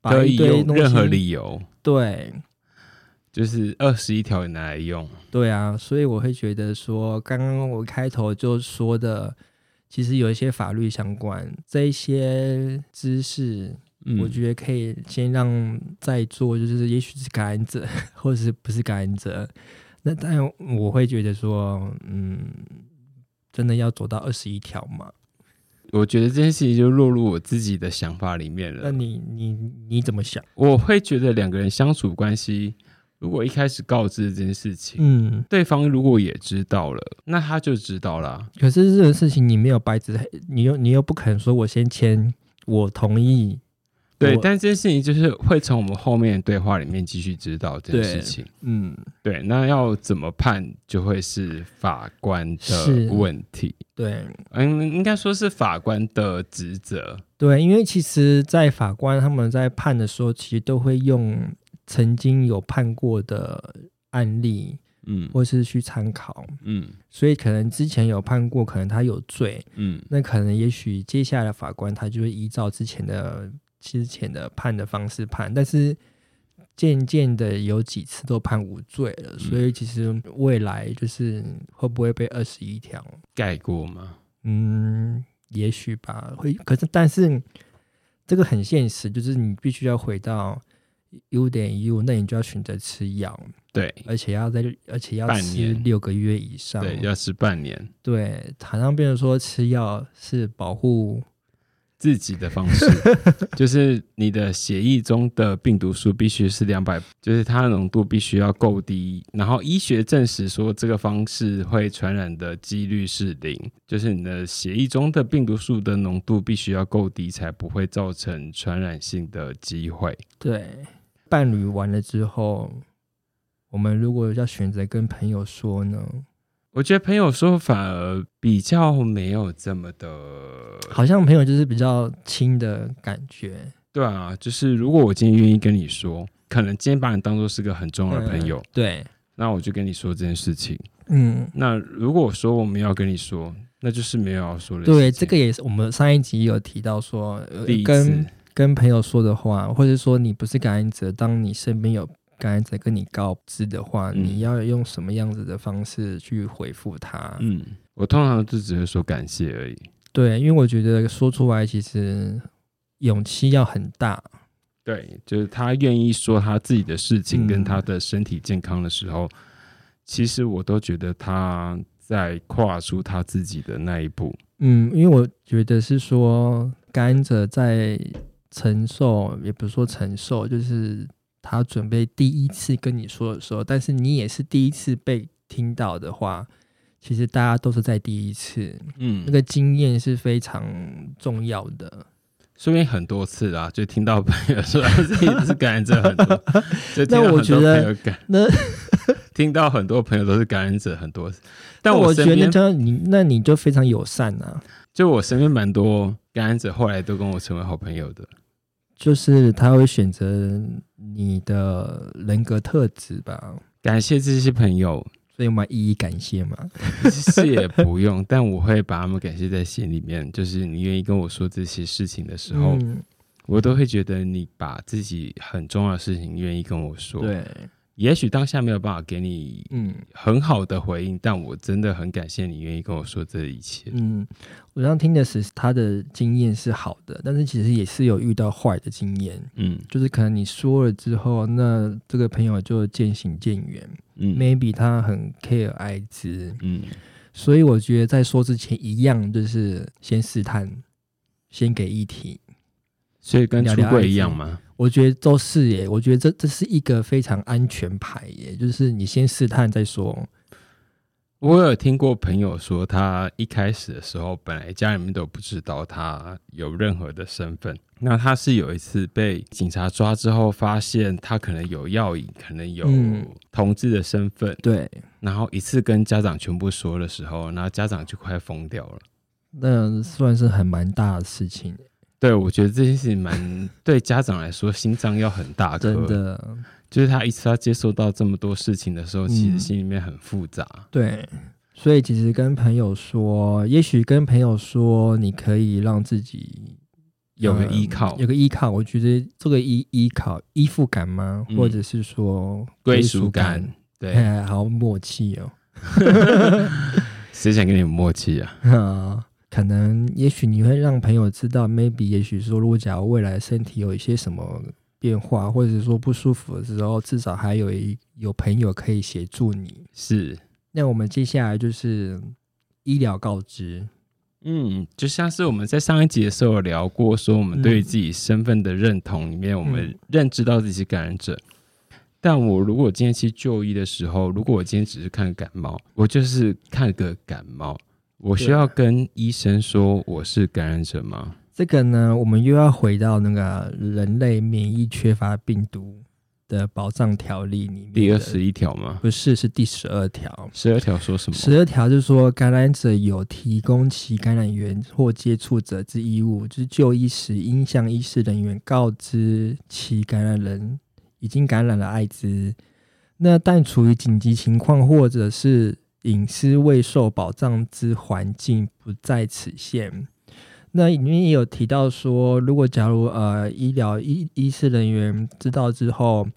Speaker 2: 把
Speaker 3: 可
Speaker 2: 一
Speaker 3: 以
Speaker 2: 堆
Speaker 3: 用
Speaker 2: 东西
Speaker 3: 任何理由，
Speaker 2: 对
Speaker 3: 就是二十一条也拿来用，
Speaker 2: 对啊，所以我会觉得说，刚刚我开头就说的，其实有一些法律相关这一些知识，
Speaker 3: 嗯
Speaker 2: 我觉得可以先让在座就是也许是感染者，或者是不是感染者，那当然我会觉得说，嗯，真的要走到二十一条嘛？
Speaker 3: 我觉得这件事情就落入我自己的想法里面
Speaker 2: 那
Speaker 3: 了。
Speaker 2: 你你你怎么想？
Speaker 3: 我会觉得两个人相处关系，如果一开始告知这件事情，
Speaker 2: 嗯，
Speaker 3: 对方如果也知道了，那他就知道啦。
Speaker 2: 可是这个事情你没有白纸黑，你又你又不肯说我先签，我同意，
Speaker 3: 对
Speaker 2: 我，
Speaker 3: 但这件事情就是会从我们后面的对话里面继续知道这件事情。
Speaker 2: 嗯，
Speaker 3: 对，那要怎么判就会是法官
Speaker 2: 是
Speaker 3: 的问题，
Speaker 2: 对
Speaker 3: 嗯，应该说是法官的职责。
Speaker 2: 对，因为其实，在法官他们在判的时候，其实都会用曾经有判过的案例，
Speaker 3: 嗯
Speaker 2: 或是去参考。
Speaker 3: 嗯
Speaker 2: 所以可能之前有判过，可能他有罪，
Speaker 3: 嗯
Speaker 2: 那可能也许接下来的法官他就会依照之前的之前的判的方式判，但是渐渐的有几次都判无罪了，所
Speaker 3: 嗯
Speaker 2: 以其实未来就是会不会被二十一条，
Speaker 3: 盖过吗？
Speaker 2: 嗯，也许吧，会。可是但是这个很现实，就是你必须要回到 U 点 U，那你就要选择吃药，
Speaker 3: 对
Speaker 2: 而且要在而且要
Speaker 3: 半
Speaker 2: 吃
Speaker 3: 年
Speaker 2: 六个月以上。
Speaker 3: 对，要吃半年
Speaker 2: 对，好像变成说吃药是保护
Speaker 3: 自己的方式，就是你的血液中的病毒数必须是两百，就是它的浓度必须要够低。然后医学证实说，这个方式会传染的几率是零，就是你的血液中的病毒数的浓度必须要够低，才不会造成传染性的机会。
Speaker 2: 对，伴侣完了之后，我们如果要选择跟朋友说呢，
Speaker 3: 我觉得朋友说反而比较没有这么的
Speaker 2: 好像朋友就是比较亲的感觉，
Speaker 3: 对啊，就是如果我今天愿意跟你说，可能今天把你当做是个很重要的朋友，
Speaker 2: 嗯对，
Speaker 3: 那我就跟你说这件事情。
Speaker 2: 嗯，
Speaker 3: 那如果我说我没有要跟你说，那就是没有要说的事情。
Speaker 2: 对，这个也是我们上一集有提到说，呃
Speaker 3: 第一次
Speaker 2: 跟，跟朋友说的话，或者说你不是感染者，当你身边有感染者跟你告知的话，
Speaker 3: 嗯
Speaker 2: 你要用什么样子的方式去回复他？
Speaker 3: 嗯，我通常就只会说感谢而已。
Speaker 2: 对，因为我觉得说出来其实勇气要很大，
Speaker 3: 对，就是他愿意说他自己的事情
Speaker 2: 嗯
Speaker 3: 跟他的身体健康的时候，其实我都觉得他在跨出他自己的那一步。
Speaker 2: 嗯，因为我觉得是说，感染者在承受，也不是说承受，就是他准备第一次跟你说的时候，但是你也是第一次被听到的话，其实大家都是在第一次，
Speaker 3: 嗯
Speaker 2: 那个经验是非常重要的。
Speaker 3: 说明很多次啦，就听到朋友说他自己是感染者很 <laughs> 多，就听到
Speaker 2: 那我
Speaker 3: 很
Speaker 2: 觉
Speaker 3: 多
Speaker 2: 得
Speaker 3: 朋友感，
Speaker 2: 那
Speaker 3: <laughs> 听到很多朋友都是感染者很多次，但
Speaker 2: 那
Speaker 3: 我
Speaker 2: 我
Speaker 3: 身
Speaker 2: 觉得
Speaker 3: 边
Speaker 2: 这样你，那你就非常友善啊，
Speaker 3: 就我身边蛮多感染者后来都跟我成为好朋友的，
Speaker 2: 就是他会选择你的人格特质吧，
Speaker 3: 感谢这些朋友
Speaker 2: 所以我们要一一感谢嘛。
Speaker 3: 是也不
Speaker 2: <laughs>
Speaker 3: 用，但我会把他们感谢在心里面，就是你愿意跟我说这些事情的时候，
Speaker 2: 嗯、
Speaker 3: 我都会觉得你把自己很重要的事情愿意跟我说，，
Speaker 2: 对，
Speaker 3: 也许当下没有办法给你
Speaker 2: 嗯。
Speaker 3: 很好的回应，但我真的很感谢你愿意跟我说这一切。
Speaker 2: 嗯，我刚听的是他的经验是好的，但是其实也是有遇到坏的经验，
Speaker 3: 嗯
Speaker 2: 就是可能你说了之后，那这个朋友就渐行渐远。
Speaker 3: 嗯
Speaker 2: Maybe 他很 care 艾滋，
Speaker 3: 嗯，
Speaker 2: 所以我觉得在说之前一样，就是先试探，先给议题。
Speaker 3: 所以跟
Speaker 2: 聊
Speaker 3: 出
Speaker 2: 聊艾
Speaker 3: 柜
Speaker 2: 滋
Speaker 3: 一样吗？
Speaker 2: 我觉得都是耶，我觉得这这是一个非常安全牌耶，就是你先试探再说。
Speaker 3: 我有听过朋友说，他一开始的时候，本来家里面都不知道他有任何的身份。那他是有一次被警察抓之后，发现他可能有药瘾，可能有
Speaker 2: 嗯
Speaker 3: 同志的身份，
Speaker 2: 对，
Speaker 3: 然后一次跟家长全部说的时候，然后家长就快疯掉了。
Speaker 2: 那算是很蛮大的事情，
Speaker 3: 对，我觉得这件事情
Speaker 2: <laughs>
Speaker 3: 蛮对家长来说，心脏要很大颗。
Speaker 2: 真，的。
Speaker 3: 就是他一次他接受到这么多事情的时候，其实
Speaker 2: 嗯
Speaker 3: 心里面很复杂。
Speaker 2: 对，所以其实跟朋友说，也许跟朋友说，你可以让自己
Speaker 3: 有个
Speaker 2: 呃
Speaker 3: 依靠
Speaker 2: 有个依靠。我觉得这个依依靠依附感吗？
Speaker 3: 嗯
Speaker 2: 或者是说
Speaker 3: 归属感，对，
Speaker 2: 哎， <laughs> 好默契哦。
Speaker 3: 谁想跟你有默契啊？
Speaker 2: 啊 <laughs> 可能也许你会让朋友知道，maybe 也许说，如果假如未来身体有一些什么变化，或者是说不舒服的时候，至少还有一有朋友可以协助你。
Speaker 3: 是，
Speaker 2: 那我们接下来就是医疗告知，
Speaker 3: 嗯，就像是我们在上一集的时候有聊过，说我们对于
Speaker 2: 嗯
Speaker 3: 自己身份的认同里面，我们
Speaker 2: 嗯
Speaker 3: 认知到自己是感染者。但我如果今天去就医的时候，如果我今天只是看感冒，我就是看个感冒，我需
Speaker 2: 对
Speaker 3: 要跟医生说我是感染者吗？
Speaker 2: 这个呢，我们又要回到那个人类免疫缺乏病毒的保障条例里面的。
Speaker 3: 第二十一条吗？
Speaker 2: 不是是第十二条。
Speaker 3: 十二条说什么？
Speaker 2: 十二条就是说，感染者有提供其感染源或接触者之义务，就是就医时应向医师人员告知其感染人已经感染了艾滋。那但处于紧急情况或者是隐私未受保障之环境不在此限。那里面也有提到说，如果假如呃医疗医医师人员知道之后，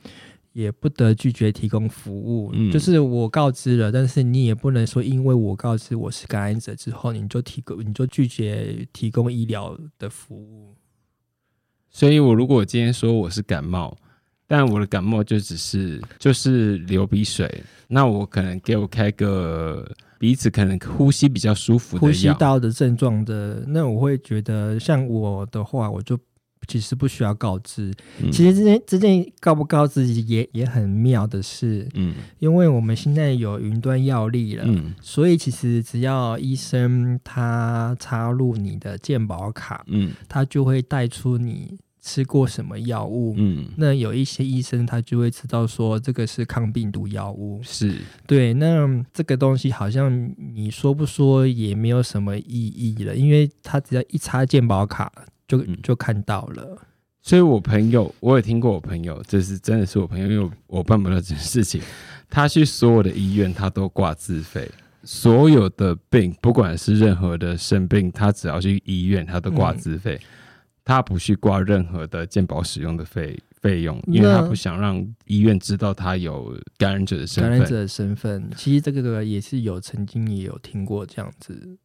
Speaker 2: 也不得拒绝提供服务。
Speaker 3: 嗯
Speaker 2: 就是我告知了，但是你也不能说因为我告知我是感染者之后，你就提供你就拒绝提供医疗的服务。
Speaker 3: 所以我如果今天说我是感冒，但我的感冒就只是就是流鼻水，那我可能给我开个鼻子可能呼吸比较舒服的
Speaker 2: 呼吸
Speaker 3: 药，
Speaker 2: 道的症状的，那我会觉得像我的话，我就其实不需要告知。
Speaker 3: 嗯
Speaker 2: 其实这件这件告不告知也也很妙的是，
Speaker 3: 嗯
Speaker 2: 因为我们现在有云端药力了。
Speaker 3: 嗯
Speaker 2: 所以其实只要医生他插入你的健保卡，
Speaker 3: 嗯
Speaker 2: 他就会带出你吃过什么药物。
Speaker 3: 嗯，
Speaker 2: 那有一些医生他就会知道说这个是抗病毒药物，
Speaker 3: 是
Speaker 2: 对，那这个东西好像你说不说也没有什么意义了，因为他只要一插健保卡就
Speaker 3: 嗯
Speaker 2: 就看到了，
Speaker 3: 所以我朋友，我也听过我朋友，这是真的是我朋友，因为我我办不到这件事情。 <laughs> 他去所有的医院，他都挂自费，所有的病，不管是任何的生病，他只要去医院，他都挂自费，
Speaker 2: 嗯
Speaker 3: 他不去挂任何的健保使用的费费用，因为
Speaker 2: 那
Speaker 3: 他不想让医院知道他有感染者的身
Speaker 2: 感染
Speaker 3: 份。
Speaker 2: 者的身份，其实这个也是有曾经也有听过这样子，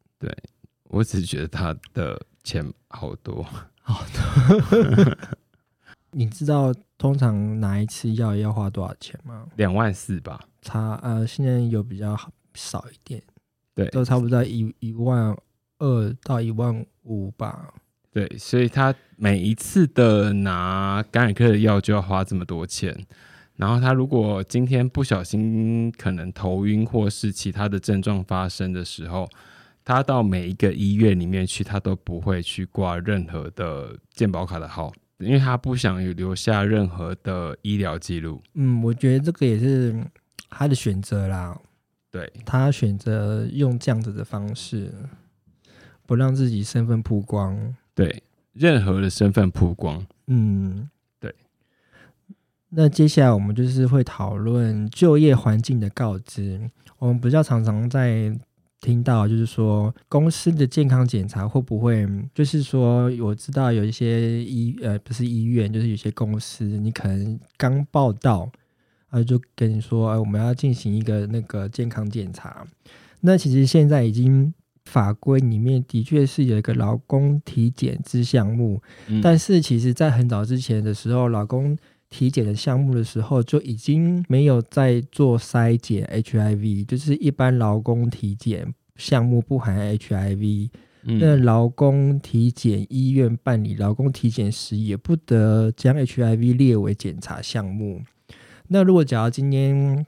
Speaker 3: 我只觉得他的钱好多，
Speaker 2: 你知道通常拿一次药要花多少钱吗？
Speaker 3: 两万四吧。
Speaker 2: 差呃，现在有比较好少一点，
Speaker 3: 对
Speaker 2: 都差不多在一一万二到一万五吧。
Speaker 3: 对，所以他每一次的拿感染科的药就要花这么多钱。然后他如果今天不小心可能头晕或是其他的症状发生的时候，他到每一个医院里面去，他都不会去挂任何的健保卡的号，因为他不想有留下任何的医疗记录。
Speaker 2: 嗯，我觉得这个也是嗯他的选择啦，
Speaker 3: 对，
Speaker 2: 他选择用这样子的方式，不让自己身份曝光。
Speaker 3: 对，任何的身份曝光。
Speaker 2: 嗯，
Speaker 3: 对。
Speaker 2: 那接下来我们就是会讨论就业环境的告知。我们比较常常在听到，就是说公司的健康检查会不会，嗯就是说我知道有一些医呃不是医院，就是有些公司，你可能刚报到，啊就跟你说，哎、我们要进行一个那个健康检查。那其实现在已经法规里面的确是有一个劳工体检之项目，
Speaker 3: 嗯
Speaker 2: 但是其实，在很早之前的时候，老公体检的项目的时候，就已经没有在做筛检 HIV，就是一般劳工体检项目不含 HIV。那
Speaker 3: 嗯
Speaker 2: 劳工体检医院办理劳工体检时，也不得将 HIV 列为检查项目。那如果假如今天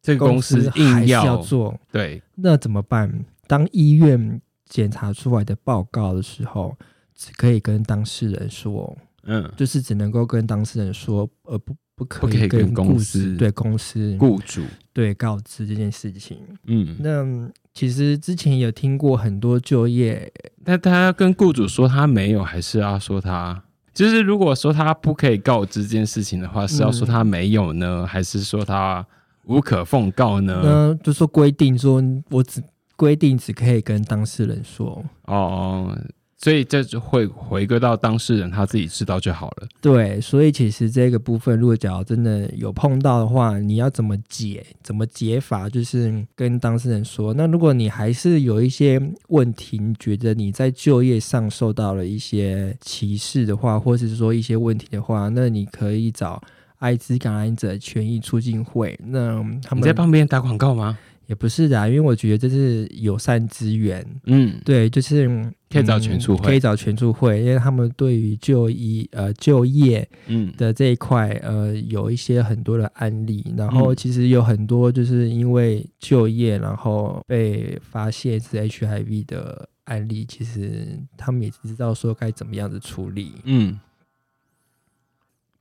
Speaker 3: 这个
Speaker 2: 公
Speaker 3: 公
Speaker 2: 司
Speaker 3: 司硬
Speaker 2: 还是要做，
Speaker 3: 对
Speaker 2: 那怎么办？当医院检查出来的报告的时候，只可以跟当事人说，
Speaker 3: 嗯
Speaker 2: 就是只能够跟当事人说，而不不可
Speaker 3: 不可
Speaker 2: 以
Speaker 3: 以跟
Speaker 2: 跟
Speaker 3: 公
Speaker 2: 雇
Speaker 3: 司
Speaker 2: 主对公司
Speaker 3: 雇主
Speaker 2: 对告知这件事情。
Speaker 3: 嗯
Speaker 2: 那其实之前有听过很多就业，
Speaker 3: 但他要跟雇主说他没有，还是要说他？就是如果说他不可以告知这件事情的话，是要说他没有呢，还是说他无可奉告呢？
Speaker 2: 那就说规定说，我只规定只可以跟当事人说，
Speaker 3: 哦，所以这就会回归到当事人他自己知道就好了。
Speaker 2: 对，所以其实这个部分，如果假如真的有碰到的话，你要怎么解？怎么解法？就是跟当事人说。那如果你还是有一些问题，你觉得你在就业上受到了一些歧视的话，或是说一些问题的话，那你可以找艾滋感染者权益促进会。那他
Speaker 3: 你在
Speaker 2: 们
Speaker 3: 帮别人打广告吗？
Speaker 2: 也不是的啊，因为我觉得这是友善资源。
Speaker 3: 嗯，
Speaker 2: 对，就是嗯
Speaker 3: 可以找全促会
Speaker 2: 可以找全促会，因为他们对于就医呃就业
Speaker 3: 嗯，
Speaker 2: 的这一块，呃，有一些很多的案例，然后
Speaker 3: 嗯
Speaker 2: 其实有很多就是因为就业，然后被发现是 HIV 的案例，其实他们也知道说该怎么样子处理。
Speaker 3: 嗯。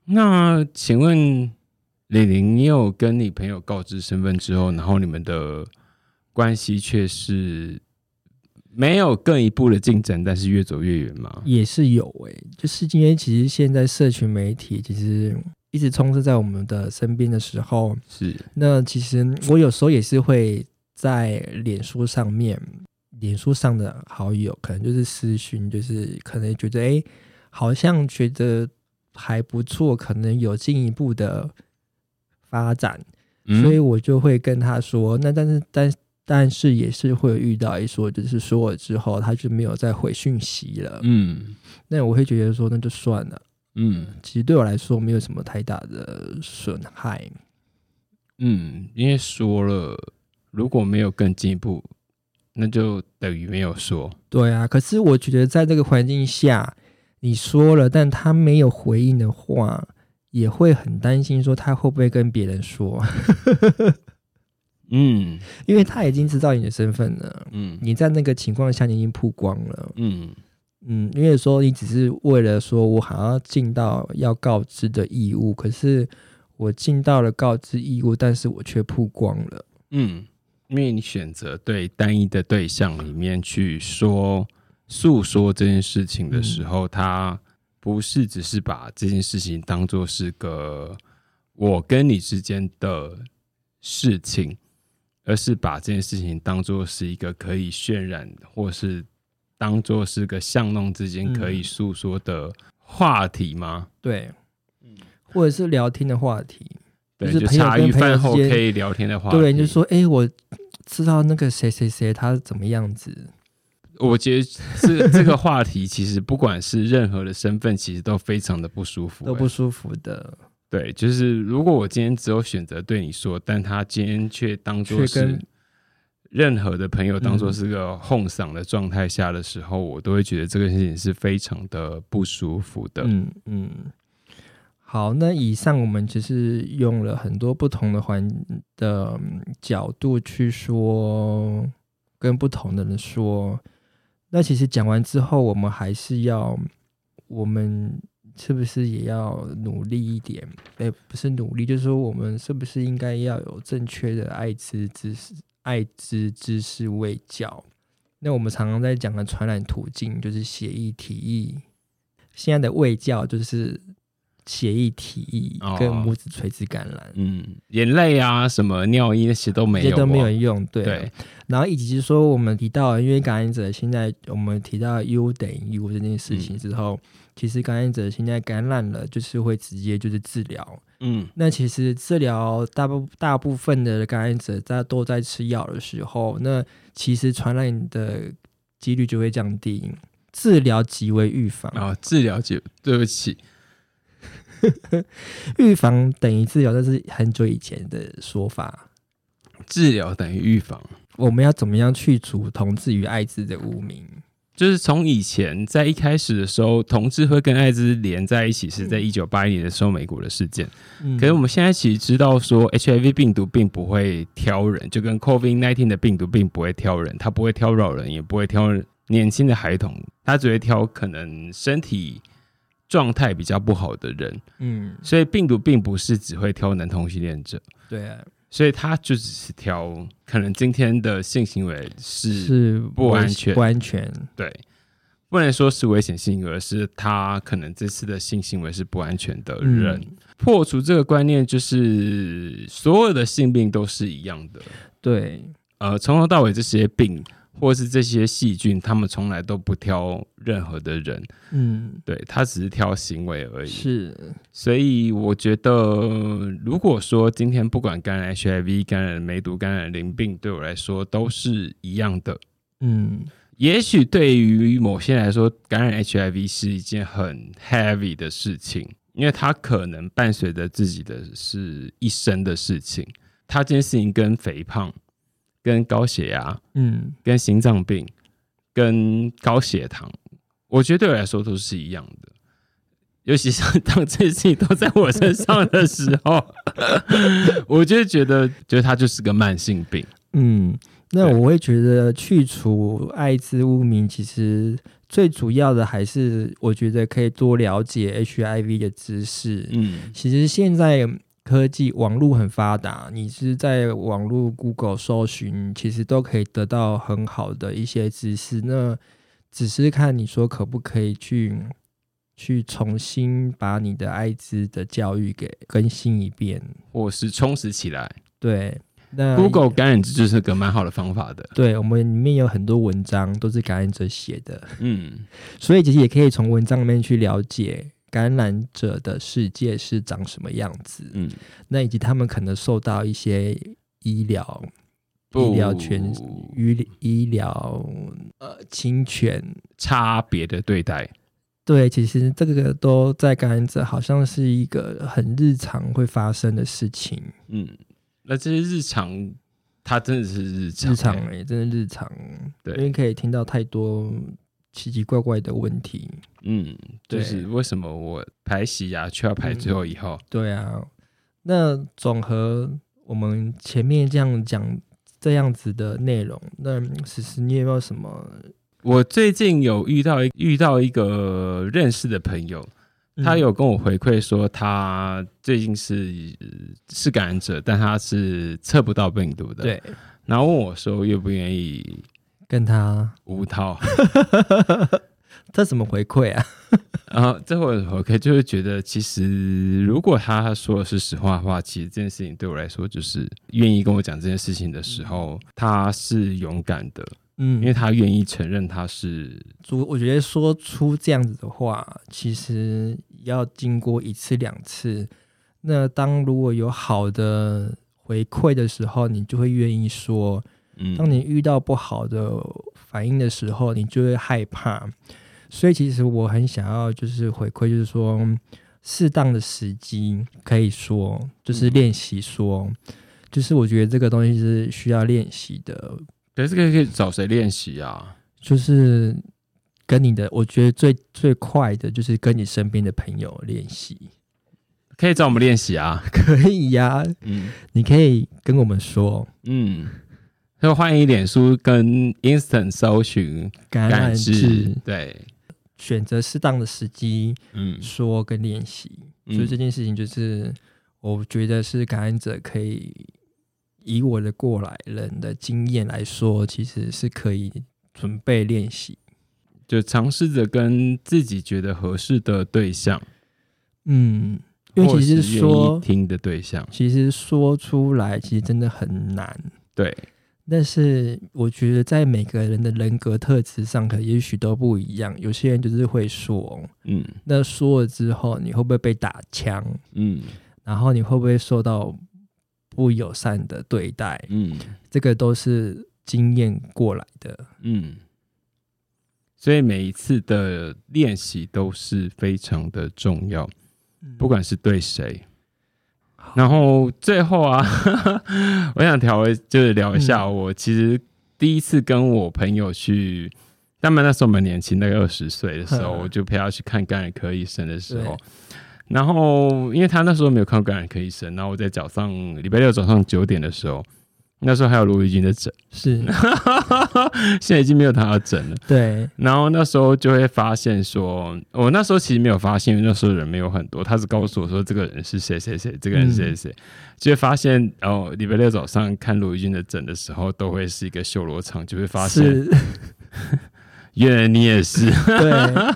Speaker 3: 那请问李玲，你有跟你朋友告知身份之后，然后你们的关系却是没有更一步的进展，但是越走越远吗？
Speaker 2: 也是有诶、就是今天其实现在社群媒体其实一直充斥在我们的身边的时候，
Speaker 3: 是，
Speaker 2: 那其实我有时候也是会在脸书上面脸书上的好友，可能就是私讯，就是可能觉得哎、诶好像觉得还不错，可能有进一步的发展，
Speaker 3: 嗯
Speaker 2: 所以我就会跟他说，那但是但但是也是会遇到一说，就是说了之后他就没有再回讯息了，
Speaker 3: 嗯
Speaker 2: 那我会觉得说那就算了，
Speaker 3: 嗯
Speaker 2: 其实对我来说没有什么太大的损害，
Speaker 3: 嗯，因为说了，如果没有更进一步，那就等于没有说。
Speaker 2: 对啊，可是我觉得在这个环境下，你说了，但他没有回应的话，也会很担心说他会不会跟别人说， <laughs>
Speaker 3: 嗯
Speaker 2: 因为他已经知道你的身份了。
Speaker 3: 嗯
Speaker 2: 你在那个情况下，你已经曝光了，
Speaker 3: 嗯
Speaker 2: 嗯，因为说你只是为了说我好像尽到要告知的义务，可是我尽到了告知义务，但是我却曝光了，
Speaker 3: 嗯，因为你选择对单一的对象里面去说诉说这件事情的时候，他不是只是把这件事情当做是个我跟你之间的事情，而是把这件事情当做是一个可以渲染，或是当做是个巷弄之间可以
Speaker 2: 嗯
Speaker 3: 诉说的话题吗？
Speaker 2: 对，
Speaker 3: 嗯
Speaker 2: 或者是聊天的话题，
Speaker 3: 对，
Speaker 2: 就是
Speaker 3: 就
Speaker 2: 朋友
Speaker 3: 茶
Speaker 2: 跟
Speaker 3: 余
Speaker 2: 朋友
Speaker 3: 饭
Speaker 2: 之
Speaker 3: 后
Speaker 2: 间
Speaker 3: 可以聊天的话题，
Speaker 2: 对，你就说，哎、我知道那个谁谁谁他怎么样子，
Speaker 3: 我觉得这这个话题，其实不管是任何的身份，其实都非常的不舒服、欸
Speaker 2: 都不舒服的，
Speaker 3: 对，就是如果我今天只有选择对你说，但他今天却当做
Speaker 2: 却跟
Speaker 3: 是任何的朋友当做是个哄嗓的状态下的时候，我都会觉得这个事情是非常的不舒服的。
Speaker 2: 嗯嗯。好，那以上我们就是用了很多不同的环的嗯角度去说，跟不同的人说。那其实讲完之后，我们还是要，我们是不是也要努力一点？哎、不是努力，就是说我们是不是应该要有正确的艾滋知识、艾滋知识卫教？那我们常常在讲的传染途径就是协议、提议。现在的卫教就是协议、提议
Speaker 3: 哦
Speaker 2: 跟母子垂直感染，
Speaker 3: 嗯，眼泪啊，什么尿意那些都没
Speaker 2: 这
Speaker 3: 有、
Speaker 2: 些
Speaker 3: 哦，
Speaker 2: 都没有用。对啊，
Speaker 3: 对，
Speaker 2: 然后以及是说，我们提到因为感染者现在我们提到 U 等于 U 这件事情之
Speaker 3: 嗯
Speaker 2: 后，其实感染者现在感染了，就是会直接就是治疗。
Speaker 3: 嗯
Speaker 2: 那其实治疗大部大部分的感染者在都在吃药的时候，那其实传染的几率就会降低。治疗即为预防，
Speaker 3: 啊，治疗就对不起，
Speaker 2: 预防等于治疗，这是很久以前的说法。
Speaker 3: 治疗等于预防。
Speaker 2: 我们要怎么样去除同志与艾滋的污名？
Speaker 3: 就是从以前在一开始的时候，同志会跟艾滋连在一起，是在一九八一年的时候美国的事件。
Speaker 2: 嗯
Speaker 3: 可是我们现在其实知道说，HIV 病毒并不会挑人，就跟 COVID-19 的病毒并不会挑人，它不会挑老人，也不会挑年轻的孩童，它只会挑可能身体状态比较不好的人。
Speaker 2: 嗯，
Speaker 3: 所以病毒并不是只会挑男同性恋者，
Speaker 2: 对啊，
Speaker 3: 所以它就只是挑可能今天的性行为是
Speaker 2: 是
Speaker 3: 不
Speaker 2: 危
Speaker 3: 安全
Speaker 2: 不安全。
Speaker 3: 对，不能说是危险性，而是他可能这次的性行为是不安全的人。
Speaker 2: 嗯
Speaker 3: 破除这个观念，就是所有的性病都是一样的。
Speaker 2: 对，
Speaker 3: 呃，从头到尾这些病或是这些细菌，他们从来都不挑任何的人，
Speaker 2: 嗯，
Speaker 3: 对他只是挑行为而已。
Speaker 2: 是，
Speaker 3: 所以我觉得，呃如果说今天不管感染 HIV、感染梅毒、感染淋病，对我来说都是一样的。
Speaker 2: 嗯，
Speaker 3: 也许对于某些人来说，感染 HIV 是一件很 heavy 的事情，因为它可能伴随着自己的是一生的事情。它这件事情跟肥胖、跟高血压、
Speaker 2: 嗯，
Speaker 3: 跟心脏病、跟高血糖，我觉得对我来说都是一样的。尤其是当这些事情都在我身上的时候，我就觉得，觉得它就是个慢性病。
Speaker 2: 嗯。那
Speaker 3: 对
Speaker 2: 我会觉得去除艾滋污名，其实最主要的还是我觉得可以多了解 HIV 的知识。
Speaker 3: 嗯
Speaker 2: 其实现在科技网络很发达，你是在网络 Google 搜寻，其实都可以得到很好的一些知识。那只是看你说可不可以去去重新把你的艾滋的教育给更新一遍。
Speaker 3: 或是充实起来。
Speaker 2: 对，那
Speaker 3: Google 感染这就是个蛮好的方法的。
Speaker 2: 对我们里面有很多文章都是感染者写的，
Speaker 3: 嗯，
Speaker 2: 所以其实也可以从文章里面去了解感染者的世界是长什么样子，
Speaker 3: 嗯，
Speaker 2: 那以及他们可能受到一些医疗、医疗权
Speaker 3: 不
Speaker 2: 医医疗呃侵权。
Speaker 3: 差别的对待，
Speaker 2: 对，其实这个都在感染者好像是一个很日常会发生的事情，
Speaker 3: 嗯，那这些日常，它真的是日常、
Speaker 2: 日常
Speaker 3: 欸
Speaker 2: 也、真的日常，
Speaker 3: 对
Speaker 2: 因为可以听到太多奇奇怪怪的问题。
Speaker 3: 嗯，就
Speaker 2: 对
Speaker 3: 是为什么我排洗牙却要排最后一号？
Speaker 2: 对啊，那总和我们前面这样讲这样子的内容，那其实你有没有什么？
Speaker 3: 我最近有遇到一遇到一个认识的朋友，
Speaker 2: 嗯
Speaker 3: 他有跟我回馈说，他最近是呃是感染者，但他是测不到病毒的。，
Speaker 2: 嗯对
Speaker 3: 然后问我说愿不愿意
Speaker 2: 跟他
Speaker 3: 无套，
Speaker 2: 这怎么回馈啊？
Speaker 3: 然后呃这会我可以就是觉得，其实如果他说的是实话的话，其实这件事情对我来说，就是愿意跟我讲这件事情的时候，他是勇敢的，
Speaker 2: 嗯，
Speaker 3: 因为他愿意承认他是
Speaker 2: 主，我觉得说出这样子的话，其实要经过一次两次。那当如果有好的回馈的时候，你就会愿意说；
Speaker 3: 嗯
Speaker 2: 当你遇到不好的反应的时候，你就会害怕。所以，其实我很想要就是回馈，就是说，适当的时机可以说，就是
Speaker 3: 嗯
Speaker 2: 练习说，就是我觉得这个东西是需要练习的，
Speaker 3: 可是可以可以找谁练习啊？
Speaker 2: 就是跟你的，我觉得最最快的就是跟你身边的朋友练习，
Speaker 3: 可以找我们练习啊。
Speaker 2: <laughs> 可以呀、
Speaker 3: 嗯
Speaker 2: 你可以跟我们说
Speaker 3: 嗯，就欢迎脸书跟 Instant 搜寻
Speaker 2: 感
Speaker 3: 感
Speaker 2: 染
Speaker 3: 知
Speaker 2: 制，，
Speaker 3: 对，
Speaker 2: 选择适当的时机
Speaker 3: 嗯，
Speaker 2: 说跟练习，
Speaker 3: 嗯
Speaker 2: 所以这件事情就是我觉得是感染者可以以我的过来人的经验来说，其实是可以准备练习。
Speaker 3: 就尝试着跟自己觉得合适的对象，
Speaker 2: 嗯，因为其实
Speaker 3: 或是愿意
Speaker 2: 说，
Speaker 3: 听的对象，
Speaker 2: 其实说出来其实真的很难。
Speaker 3: 对，
Speaker 2: 但是我觉得在每个人的人格特质上，可能也许都不一样。有些人就是会说，哦
Speaker 3: 嗯
Speaker 2: 那说了之后，你会不会被打枪？
Speaker 3: 嗯
Speaker 2: 然后你会不会受到不友善的对待？
Speaker 3: 嗯
Speaker 2: 这个都是经验过来的。
Speaker 3: 嗯，所以每一次的练习都是非常的重要，不管是对谁。然后最后啊，我想调一就是聊一下，我其实第一次跟我朋友去，他们那时候我们年轻，大概二十岁的时候，
Speaker 2: 嗯
Speaker 3: 我就陪他去看感染科医生的时候。然后，因为他那时候没有看过感染科医生，然后我在早上礼拜六早上九点的时候，那时候还有卢玉君的诊， <laughs>
Speaker 2: 是
Speaker 3: 现在已经没有他的诊了。
Speaker 2: 对，
Speaker 3: 然后那时候就会发现说，我那时候其实没有发现，因为那时候人没有很多，他只告诉我说这个人是谁谁谁，这个人是谁
Speaker 2: 嗯
Speaker 3: 谁谁，就会发现哦，礼拜六早上看罗玉君的诊的时候，都会是一个修罗场，就会发现
Speaker 2: 是，
Speaker 3: 原来你也是， <laughs>
Speaker 2: 对，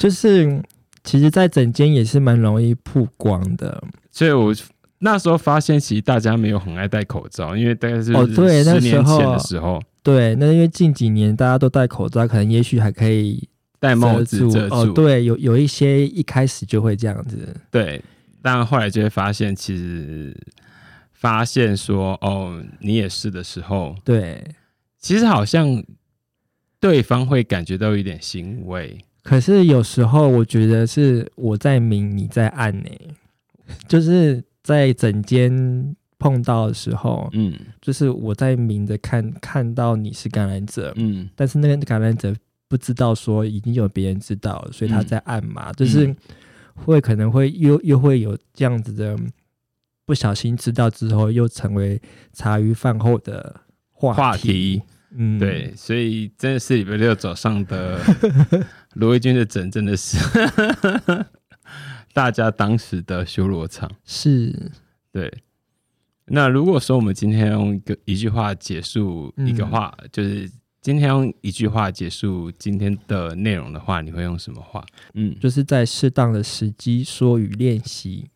Speaker 2: 就是其实，在整间也是蛮容易曝光的。
Speaker 3: 所以我。那时候发现，其实大家没有很爱戴口罩，因为大概是
Speaker 2: 哦对那
Speaker 3: 十
Speaker 2: 时
Speaker 3: 年
Speaker 2: 候
Speaker 3: 前的时候，
Speaker 2: 对，那因为近几年大家都戴口罩，可能也许还可以
Speaker 3: 戴帽
Speaker 2: 遮
Speaker 3: 子
Speaker 2: 住
Speaker 3: 遮住，
Speaker 2: 哦，对，有有一些一开始就会这样子，
Speaker 3: 对，但后来就会发现，其实发现说，哦，你也是的时候，
Speaker 2: 对。
Speaker 3: 其实好像对方会感觉到有点欣慰，
Speaker 2: 可是有时候我觉得是我在明，你在暗呢、 <laughs> 就是在整间碰到的时候，
Speaker 3: 嗯
Speaker 2: 就是我在明着看看到你是感染者，
Speaker 3: 嗯
Speaker 2: 但是那个感染者不知道说已经有别人知道了，所以他
Speaker 3: 嗯
Speaker 2: 在暗嘛，就是会可能会又又会有这样子的不小心知道之后，又成为茶余饭后的话
Speaker 3: 话题
Speaker 2: 嗯，
Speaker 3: 对，所以真的是礼拜六早上 <laughs> 的罗威军的诊，真的是 <laughs> 大家当时的修罗场。
Speaker 2: 是，
Speaker 3: 对，那如果说我们今天用一个一句话结束一个
Speaker 2: 嗯
Speaker 3: 话，就是今天用一句话结束今天的内容的话，你会用什么话？嗯，
Speaker 2: 就是在适当的时机说与练习，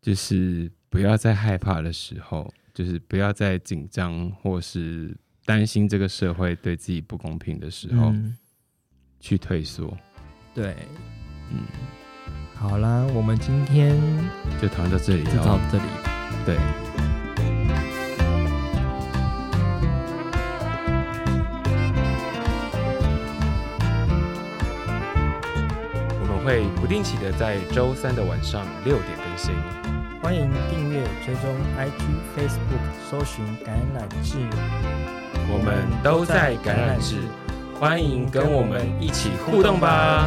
Speaker 3: 就是不要在害怕的时候，就是不要在紧张或是担心这个社会对自己不公平的时候、
Speaker 2: 嗯，
Speaker 3: 去退缩。
Speaker 2: 对，
Speaker 3: 嗯，
Speaker 2: 好啦，我们今天
Speaker 3: 就讨论到这里
Speaker 2: 就到
Speaker 3: 了。哦
Speaker 2: 这里。
Speaker 3: 对。
Speaker 1: 我们会不定期的在周三的晚上六点更新。
Speaker 4: 欢迎订阅、追踪 IG、Facebook，搜寻“感染志
Speaker 1: 我们都在感染制，欢迎跟我们一起互动吧。